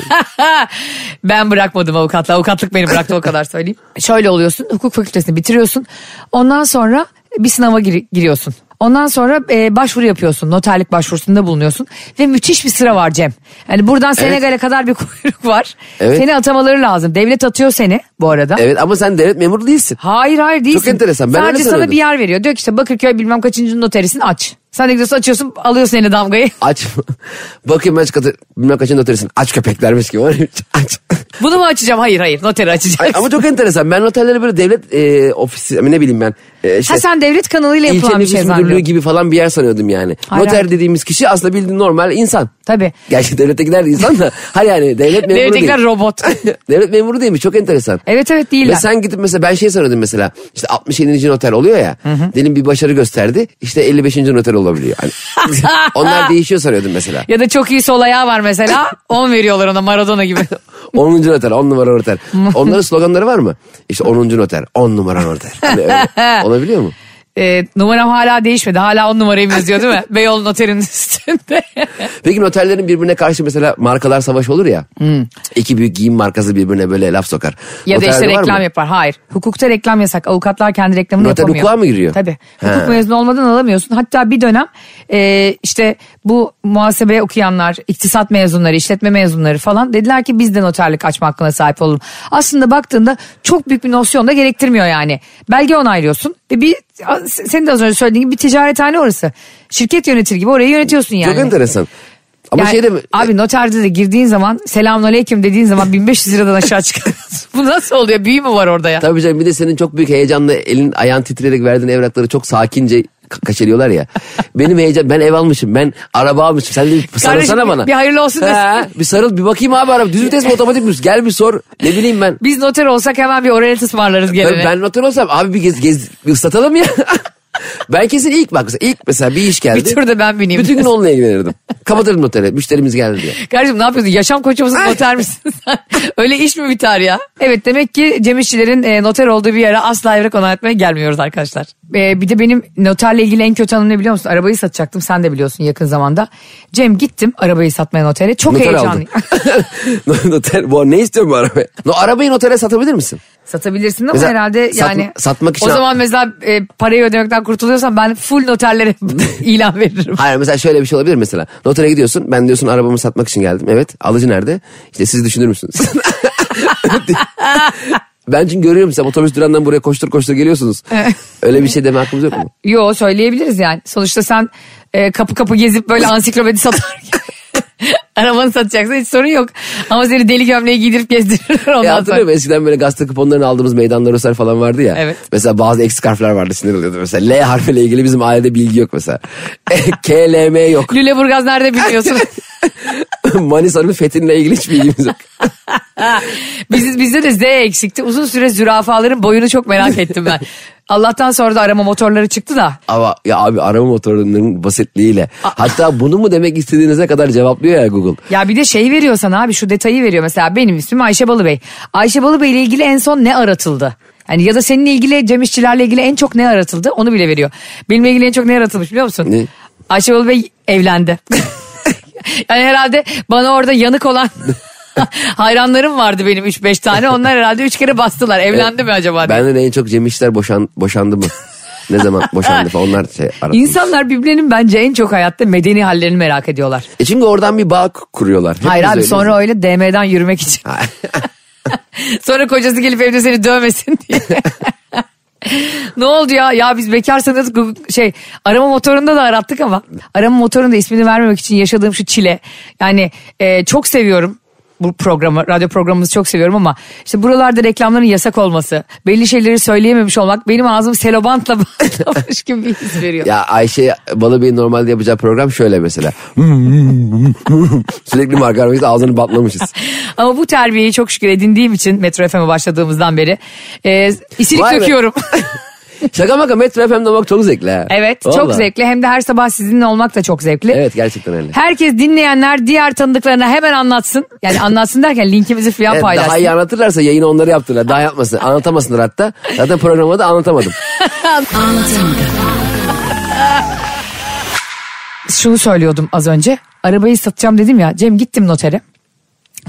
Speaker 2: ben bırakmadım avukatla. Avukatlık beni bıraktı o kadar söyleyeyim. Şöyle oluyorsun. Hukuk fakültesini bitiriyorsun. Ondan sonra bir sınava gir- giriyorsun. Ondan sonra e, başvuru yapıyorsun. Noterlik başvurusunda bulunuyorsun. Ve müthiş bir sıra var Cem. Yani buradan Senegal'e kadar bir kuyruk var.
Speaker 3: Evet.
Speaker 2: Seni atamaları lazım. Devlet atıyor seni bu arada.
Speaker 3: Evet ama sen devlet memuru değilsin.
Speaker 2: Hayır hayır değilsin.
Speaker 3: enteresan. Ben öyle
Speaker 2: Sadece sana
Speaker 3: sanıyordum.
Speaker 2: bir yer veriyor. Diyor ki işte Bakırköy bilmem kaçıncı noterisin aç. Sen de gidiyorsun açıyorsun alıyorsun eline damgayı.
Speaker 3: Aç. Bakayım ben katı, bilmem kaçını noterisin. Aç köpeklermiş gibi. Aç.
Speaker 2: Bunu mu açacağım? Hayır hayır noteri
Speaker 3: Ay,
Speaker 2: açacaksın.
Speaker 3: ama çok enteresan. Ben noterlere böyle devlet e, ofisi ne bileyim ben. E, işte,
Speaker 2: ha sen devlet kanalıyla
Speaker 3: İlçe
Speaker 2: yapılan bir
Speaker 3: nüfus
Speaker 2: şey
Speaker 3: müdürlüğü
Speaker 2: zannediyorsun.
Speaker 3: gibi falan bir yer sanıyordum yani.
Speaker 2: Hayır,
Speaker 3: Noter
Speaker 2: hayır.
Speaker 3: dediğimiz kişi aslında bildiğin normal insan.
Speaker 2: Tabii.
Speaker 3: Gerçi devlete gider de insan da. Hayır yani devlet memuru
Speaker 2: Devletlikler
Speaker 3: değil.
Speaker 2: robot.
Speaker 3: devlet memuru değilmiş çok enteresan.
Speaker 2: Evet evet değiller.
Speaker 3: Ve sen gidip mesela ben şey sanıyordum mesela işte 67. noter oluyor ya. Diyelim bir başarı gösterdi işte 55. noter olabiliyor. Hani onlar değişiyor sanıyordum mesela.
Speaker 2: Ya da çok iyi sol ayağı var mesela. 10 veriyorlar ona Maradona gibi.
Speaker 3: 10. noter 10 numara noter. Onların sloganları var mı? İşte 10. noter 10 numara noter. Hani öyle. Olabiliyor mu?
Speaker 2: Ee, numaram hala değişmedi. Hala 10 numarayım yazıyor değil mi? Beyoğlu noterinin üstünde.
Speaker 3: Peki noterlerin birbirine karşı mesela markalar savaşı olur ya. İki büyük giyim markası birbirine böyle laf sokar.
Speaker 2: Hmm. ya da işte
Speaker 3: Noterde var
Speaker 2: reklam
Speaker 3: mı?
Speaker 2: yapar. Hayır. Hukukta reklam yasak. Avukatlar kendi reklamını
Speaker 3: Noter
Speaker 2: yapamıyor.
Speaker 3: hukuka mı giriyor?
Speaker 2: Tabii.
Speaker 3: He.
Speaker 2: Hukuk mezunu olmadan alamıyorsun. Hatta bir dönem e, işte bu muhasebe okuyanlar, iktisat mezunları, işletme mezunları falan dediler ki biz de noterlik açma hakkına sahip olalım. Aslında baktığında çok büyük bir nosyon da gerektirmiyor yani. Belge onaylıyorsun ve bir senin de az önce söylediğin gibi bir ticarethane orası. Şirket yönetir gibi orayı yönetiyorsun yani.
Speaker 3: Çok enteresan. Ama
Speaker 2: Yani
Speaker 3: şey de mi?
Speaker 2: Abi noterde de girdiğin zaman selamun aleyküm dediğin zaman 1500 liradan aşağı çıkarıyorsun. Bu nasıl oluyor? Büyü mü var orada ya?
Speaker 3: Tabii canım bir de senin çok büyük heyecanla elin ayağın titreyerek verdiğin evrakları çok sakince ka- kaçırıyorlar ya. Benim heyecan ben ev almışım ben araba almışım sen de bir sarılsana
Speaker 2: bir-
Speaker 3: bana.
Speaker 2: bir hayırlı olsun desin.
Speaker 3: He, bir sarıl bir bakayım abi araba düz vites mi otomatik mi gel bir sor ne bileyim ben.
Speaker 2: Biz noter olsak hemen bir oralet ısmarlarız gelene.
Speaker 3: Ben, ben noter olsam abi bir gez, gez bir ıslatalım ya. ben kesin ilk bak ilk mesela bir iş geldi.
Speaker 2: Bir tur da ben bineyim.
Speaker 3: Bütün gün onunla ilgilenirdim. Kapatırdım noteri. Müşterimiz geldi diye.
Speaker 2: Kardeşim ne yapıyorsun? Yaşam koçu musun? Noter misin sen? Öyle iş mi biter ya? Evet demek ki Cem İşçilerin e, noter olduğu bir yere asla evrak onaylatmaya gelmiyoruz arkadaşlar. E, bir de benim noterle ilgili en kötü anım ne biliyor musun? Arabayı satacaktım. Sen de biliyorsun yakın zamanda. Cem gittim arabayı satmaya notere. Çok
Speaker 3: Noter aldım.
Speaker 2: heyecanlıyım.
Speaker 3: noter, bu ne istiyor bu arabayı? No, arabayı notere satabilir misin?
Speaker 2: Satabilirsin ama
Speaker 3: Mesela
Speaker 2: herhalde
Speaker 3: sat-
Speaker 2: yani.
Speaker 3: satmak için-
Speaker 2: O zaman mesela e, parayı ödemekten kurtuluyorsan ben full noterlere ilan veririm.
Speaker 3: Hayır mesela şöyle bir şey olabilir mesela. Notere gidiyorsun. Ben diyorsun arabamı satmak için geldim. Evet. Alıcı nerede? İşte siz düşünür müsünüz? ben çünkü görüyorum sen otobüs durandan buraya koştur koştur geliyorsunuz. Öyle bir şey deme hakkımız yok mu?
Speaker 2: Yo söyleyebiliriz yani. Sonuçta sen e, kapı kapı gezip böyle ansiklopedi satar Arabanı satacaksın hiç sorun yok. Ama seni deli gömleği giydirip gezdirirler
Speaker 3: E,
Speaker 2: ondan
Speaker 3: hatırlıyor
Speaker 2: sonra.
Speaker 3: musun? Eskiden böyle gazete kuponlarını aldığımız meydanlar öser falan vardı ya.
Speaker 2: Evet.
Speaker 3: Mesela bazı eksik harfler vardı sinir oluyordu. Mesela L harfiyle ilgili bizim ailede bilgi yok mesela. E, K, L, M yok.
Speaker 2: Lüleburgaz nerede bilmiyorsun?
Speaker 3: Manisa'nın fethiyle ilgili hiç bilgimiz yok.
Speaker 2: Biz, bizde de Z eksikti. Uzun süre zürafaların boyunu çok merak ettim ben. Allah'tan sonra da arama motorları çıktı da.
Speaker 3: Ama ya abi arama motorlarının basitliğiyle. Hatta bunu mu demek istediğinize kadar cevaplıyor ya Google.
Speaker 2: Ya bir de şey veriyor sana abi şu detayı veriyor. Mesela benim ismim Ayşe Balıbey. Ayşe Balıbey ile ilgili en son ne aratıldı? Yani ya da seninle ilgili Cem İşçilerle ilgili en çok ne aratıldı onu bile veriyor. Benimle ilgili en çok ne aratılmış biliyor musun?
Speaker 3: Ne?
Speaker 2: Ayşe Balıbey evlendi. yani herhalde bana orada yanık olan hayranlarım vardı benim 3-5 tane. Onlar herhalde 3 kere bastılar. Evlendi mi acaba? diye.
Speaker 3: Benden en çok Cem İşler boşan, boşandı mı? ne zaman boşandı falan onlar şey aradı.
Speaker 2: İnsanlar birbirlerinin bence en çok hayatta medeni hallerini merak ediyorlar.
Speaker 3: E çünkü oradan bir bağ k- kuruyorlar. Hepimiz
Speaker 2: Hayır abi
Speaker 3: öyleyiz.
Speaker 2: sonra öyle DM'den yürümek için. sonra kocası gelip evde seni dövmesin diye. ne oldu ya? Ya biz bekarsanız Google- şey arama motorunda da arattık ama arama motorunda ismini vermemek için yaşadığım şu çile. Yani e, çok seviyorum bu programı, radyo programımızı çok seviyorum ama işte buralarda reklamların yasak olması, belli şeyleri söyleyememiş olmak benim ağzım selobantla bantlamış gibi bir his veriyor.
Speaker 3: Ya Ayşe Balıbey'in normalde yapacağı program şöyle mesela. Sürekli marka aramayız ağzını batlamışız.
Speaker 2: Ama bu terbiyeyi çok şükür edindiğim için Metro FM'e başladığımızdan beri e, isilik
Speaker 3: Vay be.
Speaker 2: döküyorum.
Speaker 3: Şaka maka Metro FM'de olmak çok zevkli ha.
Speaker 2: evet çok
Speaker 3: Vallahi.
Speaker 2: zevkli hem de her sabah sizinle olmak da çok zevkli.
Speaker 3: Evet gerçekten öyle.
Speaker 2: Herkes dinleyenler diğer tanıdıklarına hemen anlatsın. Yani anlatsın derken linkimizi falan
Speaker 3: Evet,
Speaker 2: paylaşsın.
Speaker 3: daha iyi anlatırlarsa yayını onları yaptılar. Daha yapmasın. Anlatamasınlar hatta. Zaten programda da anlatamadım.
Speaker 2: Şunu söylüyordum az önce. Arabayı satacağım dedim ya. Cem gittim notere.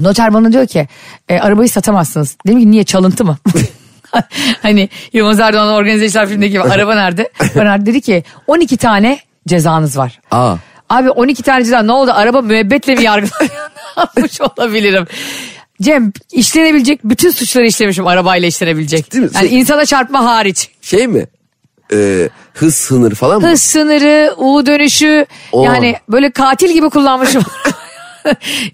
Speaker 2: Noter bana diyor ki e, arabayı satamazsınız. Dedim ki niye çalıntı mı? hani Yılmaz Erdoğan'ın organize işler filmindeki gibi araba nerede? Bernard dedi ki 12 tane cezanız var.
Speaker 3: Aa.
Speaker 2: Abi 12 tane ceza ne oldu? Araba müebbetle mi yargılanmış olabilirim? Cem işlenebilecek bütün suçları işlemişim arabayla işlenebilecek.
Speaker 3: mi?
Speaker 2: Yani
Speaker 3: Şey-
Speaker 2: insana çarpma hariç.
Speaker 3: Şey mi? Ee, hız sınır falan mı?
Speaker 2: Hız sınırı, U dönüşü
Speaker 3: Oo.
Speaker 2: yani böyle katil gibi kullanmışım.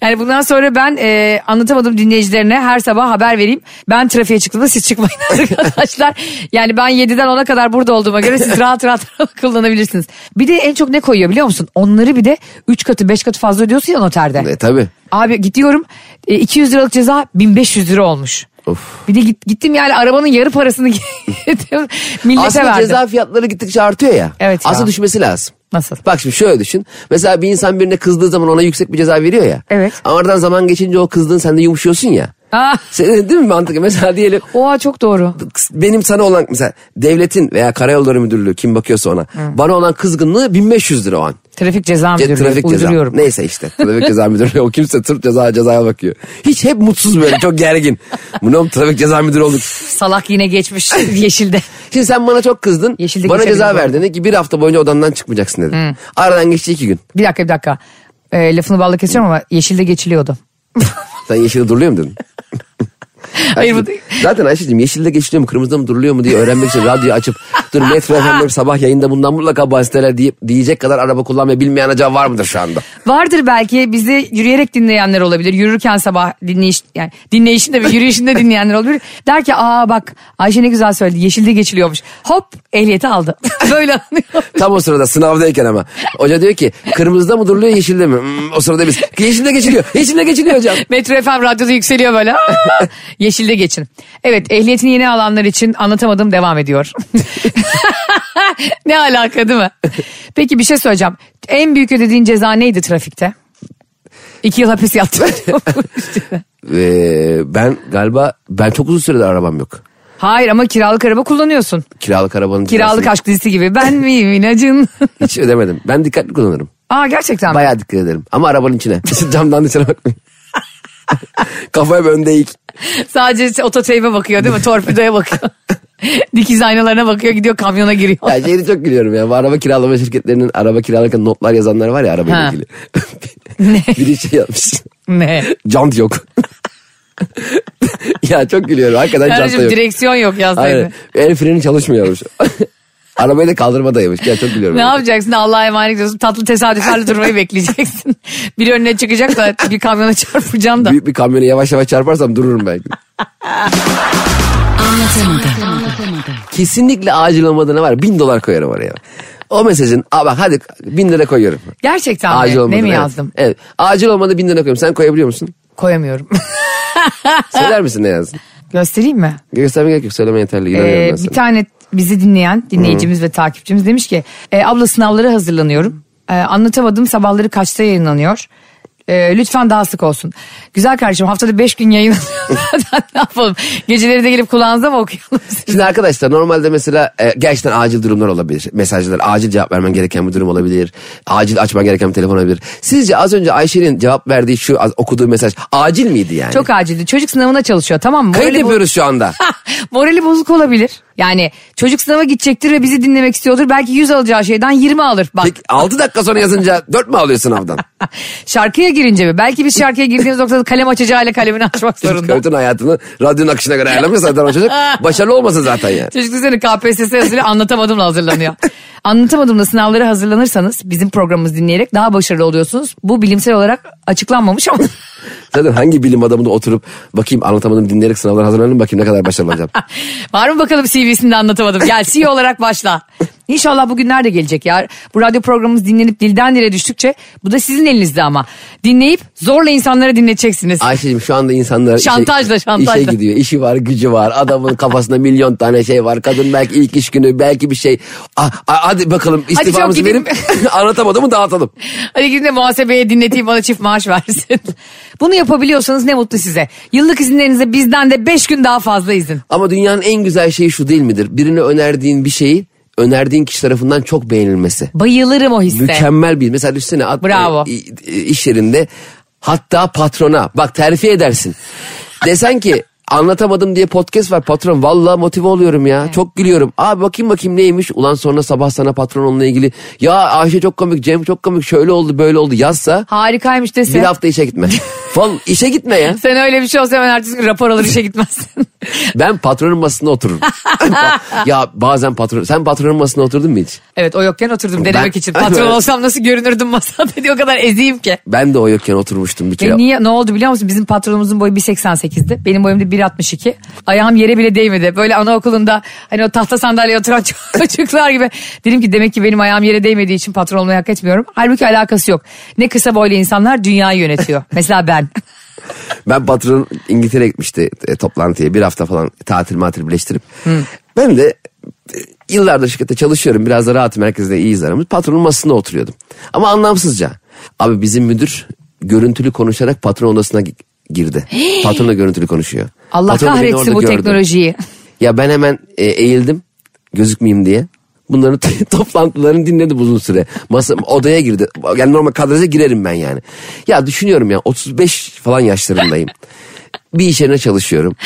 Speaker 2: yani bundan sonra ben e, anlatamadım dinleyicilerine her sabah haber vereyim. Ben trafiğe çıktığımda siz çıkmayın arkadaşlar. Yani ben 7'den 10'a kadar burada olduğuma göre siz rahat rahat kullanabilirsiniz. Bir de en çok ne koyuyor biliyor musun? Onları bir de 3 katı 5 katı fazla ödüyorsun ya noterde.
Speaker 3: E, tabii.
Speaker 2: Abi gidiyorum e, 200 liralık ceza 1500 lira olmuş.
Speaker 3: Of.
Speaker 2: Bir de git- gittim yani arabanın yarı parasını gittim, millete
Speaker 3: Aslında
Speaker 2: verdim.
Speaker 3: ceza fiyatları gittikçe artıyor ya.
Speaker 2: Evet ya.
Speaker 3: Aslında düşmesi lazım.
Speaker 2: Nasıl?
Speaker 3: Bak şimdi şöyle düşün. Mesela bir insan birine kızdığı zaman ona yüksek bir ceza veriyor ya.
Speaker 2: Evet.
Speaker 3: Ama aradan zaman geçince o kızdığın sen de yumuşuyorsun ya.
Speaker 2: Ah.
Speaker 3: Senin, değil mi mantık? Mesela diyelim
Speaker 2: Oha çok doğru.
Speaker 3: benim sana olan mesela devletin veya karayolları müdürlüğü kim bakıyorsa ona. Bana olan kızgınlığı 1500 lira o an.
Speaker 2: Trafik ceza
Speaker 3: Ce-
Speaker 2: müdürlüğü.
Speaker 3: trafik ceza.
Speaker 2: Uyduruyorum.
Speaker 3: Neyse işte trafik ceza müdürlüğü o kimse sırf ceza cezaya bakıyor. Hiç hep mutsuz böyle çok gergin. Bu ne oğlum, trafik ceza müdürü olduk.
Speaker 2: Salak yine geçmiş yeşilde.
Speaker 3: Şimdi sen bana çok kızdın.
Speaker 2: Yeşilde
Speaker 3: bana
Speaker 2: geçebiliriz
Speaker 3: ceza
Speaker 2: orada.
Speaker 3: verdin. ki bir hafta boyunca odandan çıkmayacaksın dedi. Aradan geçti iki gün.
Speaker 2: Bir dakika bir dakika. Ee, lafını balla kesiyorum ama yeşilde geçiliyordu.
Speaker 3: Sen yeşilde duruluyor mu dedin?
Speaker 2: Hayır, bu-
Speaker 3: Ayşe- Zaten Ayşe'cim yeşilde geçiliyor mu kırmızıda mı duruluyor mu diye öğrenmek için radyoyu açıp dur metro efendim hep sabah yayında bundan mutlaka bahsederler deyip diyecek kadar araba kullanmayı bilmeyen acaba var mıdır şu anda?
Speaker 2: Vardır belki bizi yürüyerek dinleyenler olabilir. Yürürken sabah dinleyiş yani dinleyişinde ve yürüyüşünde dinleyenler olabilir. Der ki aa bak Ayşe ne güzel söyledi yeşilde geçiliyormuş. Hop ehliyeti aldı. Böyle anlıyor.
Speaker 3: Tam o sırada sınavdayken ama. Hoca diyor ki kırmızıda mı duruluyor yeşilde mi? Hmm, o sırada biz yeşilde geçiliyor. Yeşilde geçiliyor hocam.
Speaker 2: Metro FM radyoda yükseliyor böyle. Aa! Yeşilde geçin. Evet ehliyetini yeni alanlar için anlatamadım devam ediyor. ne alaka değil mi? Peki bir şey söyleyeceğim. En büyük ödediğin ceza neydi trafikte? İki yıl hapis yattı.
Speaker 3: Ee, ben galiba ben çok uzun süredir arabam yok.
Speaker 2: Hayır ama kiralık araba kullanıyorsun.
Speaker 3: Kiralık arabanın
Speaker 2: Kiralık
Speaker 3: kirasını
Speaker 2: aşk dizisi gibi. Ben miyim inacın?
Speaker 3: Hiç ödemedim. Ben dikkatli kullanırım.
Speaker 2: Aa gerçekten mi?
Speaker 3: Bayağı dikkat ederim. Ama arabanın içine. Camdan dışarı bakmayın. Kafaya bir önde eğik.
Speaker 2: Sadece ototeybe bakıyor değil mi? Torpidoya bakıyor. Dikiz aynalarına bakıyor gidiyor kamyona giriyor.
Speaker 3: Ya şeyde çok gülüyorum ya. Bu araba kiralama şirketlerinin araba kiralarken notlar yazanlar var ya arabayla
Speaker 2: Ha.
Speaker 3: ilgili.
Speaker 2: Ne?
Speaker 3: Biri şey yapmış.
Speaker 2: Ne?
Speaker 3: Jant yok. ya çok gülüyorum. Hakikaten jant da
Speaker 2: Kardeşim
Speaker 3: yok.
Speaker 2: direksiyon yok yazsaydı.
Speaker 3: Aynen. El freni çalışmıyormuş. Arabayı da kaldırmadaymış. Ya çok gülüyorum.
Speaker 2: Ne yapacaksın? Allah'a emanet ediyorsun. Tatlı tesadüflerle durmayı bekleyeceksin. Biri önüne çıkacak da bir kamyona çarpacağım da.
Speaker 3: Büyük bir kamyonu yavaş yavaş çarparsam dururum belki.
Speaker 1: anlatamadım.
Speaker 3: Kesinlikle acil olmadığına var. ya, Bin dolar koyarım oraya. O mesajın aa bak hadi bin lira koyuyorum.
Speaker 2: Gerçekten
Speaker 3: Acil
Speaker 2: mi?
Speaker 3: olmadı.
Speaker 2: Ne mi
Speaker 3: evet.
Speaker 2: yazdım?
Speaker 3: Evet. Acil olmadı bin lira koyuyorum. Sen koyabiliyor musun?
Speaker 2: Koyamıyorum.
Speaker 3: Söyler misin ne yazdın?
Speaker 2: Göstereyim mi?
Speaker 3: Göstermek gerek yok. Söyleme yeterli. İnanıyorum
Speaker 2: Ee,
Speaker 3: ben
Speaker 2: bir
Speaker 3: sana.
Speaker 2: tane bizi dinleyen dinleyicimiz ve takipçimiz demiş ki "E, abla sınavlara hazırlanıyorum. E, anlatamadım sabahları kaçta yayınlanıyor. E, lütfen daha sık olsun. Güzel kardeşim haftada 5 gün yayınlanıyor. Zaten ne yapalım? Geceleri de gelip kulağınıza mı okuyalım?
Speaker 3: Şimdi arkadaşlar normalde mesela e, gerçekten acil durumlar olabilir. Mesajlar acil cevap vermen gereken bir durum olabilir. Acil açman gereken bir telefon olabilir. Sizce az önce Ayşe'nin cevap verdiği şu az- okuduğu mesaj acil miydi yani?
Speaker 2: Çok acildi. Çocuk sınavına çalışıyor tamam mı?
Speaker 3: Kayıt
Speaker 2: Morali bo-
Speaker 3: yapıyoruz şu anda.
Speaker 2: Morali bozuk olabilir. Yani çocuk sınava gidecektir ve bizi dinlemek istiyordur. Belki 100 alacağı şeyden 20 alır. Bak
Speaker 3: Peki 6 dakika sonra yazınca 4 mü alıyor sınavdan?
Speaker 2: şarkıya girince mi? Belki biz şarkıya girdiğimiz noktada kalem açacağıyla kalemini açmak zorunda.
Speaker 3: Bütün hayatını radyonun akışına göre ayarlamıyor zaten o çocuk. Başarılı olmasa zaten yani.
Speaker 2: Çocuk seni KPSS hazırlıyor anlatamadımla hazırlanıyor. anlatamadımla sınavlara hazırlanırsanız bizim programımızı dinleyerek daha başarılı oluyorsunuz. Bu bilimsel olarak açıklanmamış ama
Speaker 3: Zaten hangi bilim adamına oturup bakayım anlatamadım dinleyerek sınavlara hazırlanayım bakayım ne kadar başarılı olacağım.
Speaker 2: Var mı bakalım CV'sinde anlatamadım. Gel CEO olarak başla. İnşallah bugünler de gelecek ya. Bu radyo programımız dinlenip dilden dile düştükçe bu da sizin elinizde ama. Dinleyip zorla insanlara dinleteceksiniz.
Speaker 3: Ayşe'cim şu anda insanlar işe-
Speaker 2: Şantajla, şantajla.
Speaker 3: işe gidiyor. İşi var gücü var adamın kafasında milyon tane şey var. Kadın belki ilk iş günü belki bir şey. Ah, ah, hadi bakalım istifamızı
Speaker 2: gidin.
Speaker 3: verip anlatamadığımı dağıtalım.
Speaker 2: Hadi gidin de muhasebeye dinleteyim bana çift maaş versin. Bunu yapabiliyorsanız ne mutlu size. Yıllık izinlerinize bizden de 5 gün daha fazla izin.
Speaker 3: Ama dünyanın en güzel şeyi şu değil midir? Birine önerdiğin bir şeyi önerdiğin kişi tarafından çok beğenilmesi.
Speaker 2: Bayılırım o hisse.
Speaker 3: Mükemmel bir. Mesela düşünsene at,
Speaker 2: Bravo.
Speaker 3: e, i- iş yerinde hatta patrona bak terfi edersin. Desen ki Anlatamadım diye podcast var patron. Valla motive oluyorum ya. Çok gülüyorum. Abi bakayım bakayım neymiş. Ulan sonra sabah sana patron onunla ilgili. Ya Ayşe çok komik, Cem çok komik. Şöyle oldu böyle oldu yazsa.
Speaker 2: Harikaymış
Speaker 3: Bir
Speaker 2: desin.
Speaker 3: hafta işe gitme. Falan işe gitme ya.
Speaker 2: Sen öyle bir şey olsa hemen ertesi gün rapor alır işe gitmezsin.
Speaker 3: Ben patronun masasında otururum. ya bazen patron... Sen patronun masasında oturdun mu hiç?
Speaker 2: evet o yokken oturdum denemek
Speaker 3: Ben-
Speaker 2: için. Patron olsam nasıl görünürdüm masada diye o kadar eziyim ki.
Speaker 3: Ben de o yokken oturmuştum bir
Speaker 2: Ve
Speaker 3: kere.
Speaker 2: niye ne oldu biliyor musun? Bizim patronumuzun boyu 1.88'di. Benim boyum da 1.62. Ayağım yere bile değmedi. Böyle anaokulunda hani o tahta sandalyeye oturan çocuklar gibi. Dedim ki demek ki benim ayağım yere değmediği için patron olmayı hak etmiyorum. Halbuki alakası yok. Ne kısa boylu insanlar dünyayı yönetiyor. Mesela ben.
Speaker 3: Ben patronum İngiltere gitmişti e, toplantıya. Bir hafta falan tatil matil birleştirip. Ben de e, yıllardır şirkette çalışıyorum. Biraz da rahatım. Herkesle iyiyiz aramız. Patronun masasında oturuyordum. Ama anlamsızca. Abi bizim müdür görüntülü konuşarak patron odasına gi- girdi. Patronla görüntülü konuşuyor.
Speaker 2: Allah
Speaker 3: Patron da beni
Speaker 2: kahretsin
Speaker 3: orada
Speaker 2: bu
Speaker 3: gördü.
Speaker 2: teknolojiyi.
Speaker 3: Ya ben hemen e, eğildim gözükmeyeyim diye. Bunların t- toplantılarını dinledim uzun süre. Masa, odaya girdi. Yani normal kadraja girerim ben yani. Ya düşünüyorum ya 35 falan yaşlarındayım. bir iş yerine çalışıyorum.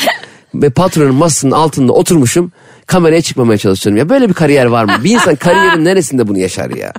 Speaker 3: Ve patronun masasının altında oturmuşum. Kameraya çıkmamaya çalışıyorum ya. Böyle bir kariyer var mı? Bir insan kariyerin neresinde bunu yaşar ya?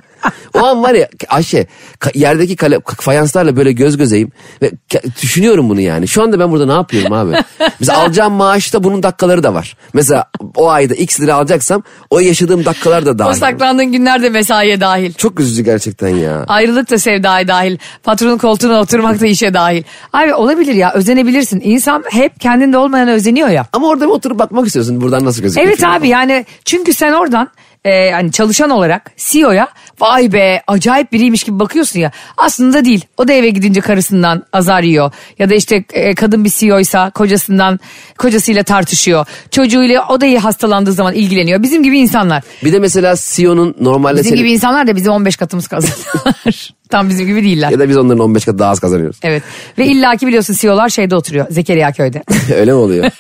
Speaker 3: O an var ya Ayşe ka- yerdeki kale, fayanslarla böyle göz gözeyim ve ke- düşünüyorum bunu yani. Şu anda ben burada ne yapıyorum abi? Mesela alacağım maaşta bunun dakikaları da var. Mesela o ayda x lira alacaksam o yaşadığım dakikalar da
Speaker 2: O
Speaker 3: dahil.
Speaker 2: saklandığın günler de mesaiye dahil.
Speaker 3: Çok üzücü gerçekten ya.
Speaker 2: Ayrılık da sevdaya dahil. Patronun koltuğuna oturmak da işe dahil. Abi olabilir ya özenebilirsin. İnsan hep kendinde olmayana özeniyor ya.
Speaker 3: Ama orada bir oturup bakmak istiyorsun buradan nasıl gözüküyor.
Speaker 2: Evet
Speaker 3: film
Speaker 2: abi yani çünkü sen oradan e, hani çalışan olarak CEO'ya vay be acayip biriymiş gibi bakıyorsun ya. Aslında değil. O da eve gidince karısından azar yiyor. Ya da işte e, kadın bir CEO'ysa kocasından kocasıyla tartışıyor. Çocuğuyla o da iyi hastalandığı zaman ilgileniyor. Bizim gibi insanlar.
Speaker 3: Bir de mesela CEO'nun normalde
Speaker 2: Bizim
Speaker 3: seni-
Speaker 2: gibi insanlar da bize 15 katımız kazanıyorlar. Tam bizim gibi değiller.
Speaker 3: ya da biz onların 15 kat daha az kazanıyoruz.
Speaker 2: Evet. Ve illaki biliyorsun CEO'lar şeyde oturuyor. Zekeriya köyde.
Speaker 3: Öyle mi oluyor?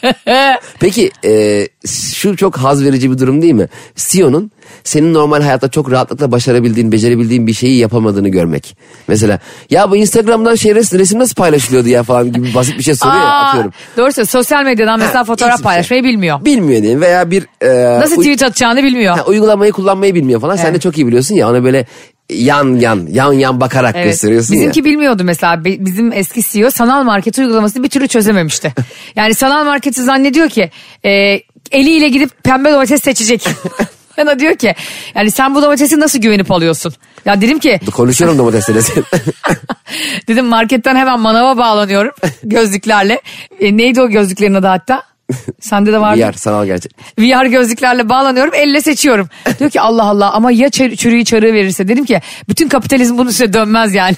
Speaker 3: Peki e, şu çok haz verici bir durum değil mi? CEO'nun senin normal hayatta çok rahatlıkla başarabildiğin, becerebildiğin bir şeyi yapamadığını görmek. Mesela ya bu Instagram'dan şey resim, resim nasıl paylaşılıyordu ya falan gibi basit bir şey soruyor ya,
Speaker 2: Aa,
Speaker 3: atıyorum.
Speaker 2: Doğru söylüyor. Sosyal medyadan mesela
Speaker 3: hiçbir
Speaker 2: fotoğraf
Speaker 3: şey.
Speaker 2: paylaşmayı bilmiyor.
Speaker 3: Bilmiyor diyeyim veya bir... e,
Speaker 2: Nasıl
Speaker 3: uy-
Speaker 2: tweet atacağını bilmiyor.
Speaker 3: Ha, uygulamayı kullanmayı bilmiyor falan. Sen de çok iyi biliyorsun ya ona böyle yan yan, yan yan bakarak
Speaker 2: Evet.
Speaker 3: gösteriyorsun
Speaker 2: Bizimki
Speaker 3: ya.
Speaker 2: bilmiyordu mesela. Bi- Bizim eski CEO sanal market uygulamasını bir türlü çözememişti. Yani sanal marketi zannediyor ki e, eliyle gidip pembe domates seçecek. Bana diyor ki yani sen bu domatesi nasıl güvenip alıyorsun? Ya dedim ki
Speaker 3: Konuşuyorum domatesle sen.
Speaker 2: dedim marketten hemen manava bağlanıyorum gözlüklerle. E, neydi o gözlüklerin adı hatta? Sende de vardı.
Speaker 3: Yer sanal gerçek.
Speaker 2: VR gözlüklerle bağlanıyorum elle seçiyorum. Diyor ki Allah Allah ama ya çer- çürüyü çarığı verirse dedim ki bütün kapitalizm bunun üstüne dönmez yani.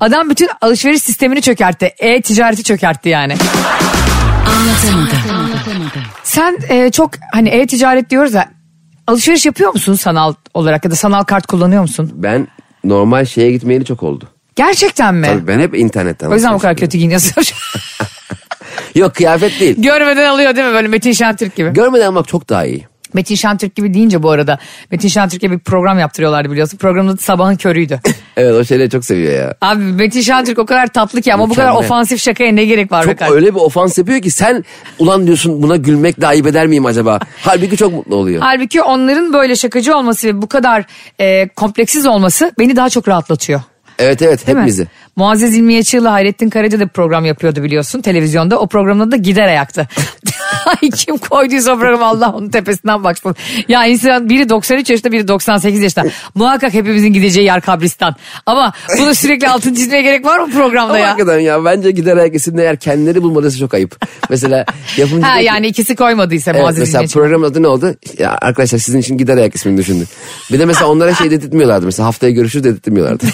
Speaker 2: Adam bütün alışveriş sistemini çökertti. E-ticareti çökertti yani.
Speaker 1: Anlatamadım.
Speaker 2: Sen e, çok hani e-ticaret diyoruz ya alışveriş yapıyor musun sanal olarak ya da sanal kart kullanıyor musun?
Speaker 3: Ben normal şeye gitmeyeli çok oldu.
Speaker 2: Gerçekten mi?
Speaker 3: Tabii ben hep internetten.
Speaker 2: O yüzden bu
Speaker 3: alışveriş
Speaker 2: kadar kötü giyiniyorsun.
Speaker 3: Yok kıyafet değil.
Speaker 2: Görmeden alıyor değil mi böyle Metin Şentürk gibi?
Speaker 3: Görmeden bak çok daha iyi.
Speaker 2: Metin Şentürk gibi deyince bu arada Metin Şentürk'e bir program yaptırıyorlardı biliyorsun. Programın adı sabahın körüydü.
Speaker 3: Evet o şeyleri çok seviyor ya.
Speaker 2: Abi Metin Şentürk o kadar tatlı ki ama bu kadar
Speaker 3: Mükemmel.
Speaker 2: ofansif şakaya ne gerek var be
Speaker 3: Çok
Speaker 2: kardeşim?
Speaker 3: öyle bir ofans yapıyor ki sen ulan diyorsun buna gülmek daha iyi eder miyim acaba? Halbuki çok mutlu oluyor.
Speaker 2: Halbuki onların böyle şakacı olması ve bu kadar e, kompleksiz olması beni daha çok rahatlatıyor.
Speaker 3: Evet evet
Speaker 2: Değil mi?
Speaker 3: hepimizi.
Speaker 2: Muazzez İlmiye Çığ'la Hayrettin Karaca da bir program yapıyordu biliyorsun televizyonda. O programda da gider ayaktı. Ay kim koyduysa o programı Allah onun tepesinden baksın. Ya insan biri 93 yaşında biri 98 yaşında. Muhakkak hepimizin gideceği yer kabristan. Ama bunu sürekli altın çizmeye gerek var mı programda
Speaker 3: Ama
Speaker 2: ya?
Speaker 3: hakikaten ya bence gider herkesin eğer kendileri bulmadıysa çok ayıp. mesela yapımcı
Speaker 2: Ha
Speaker 3: diyor ki-
Speaker 2: yani ikisi koymadıysa
Speaker 3: Evet,
Speaker 2: Muazzez
Speaker 3: mesela
Speaker 2: İlmiye Çığ.
Speaker 3: programın adı ne oldu? Ya arkadaşlar sizin için gider ayak ismini düşündüm. Bir de mesela onlara şey dedirtmiyorlardı. Mesela haftaya görüşürüz dedirtmiyorlardı.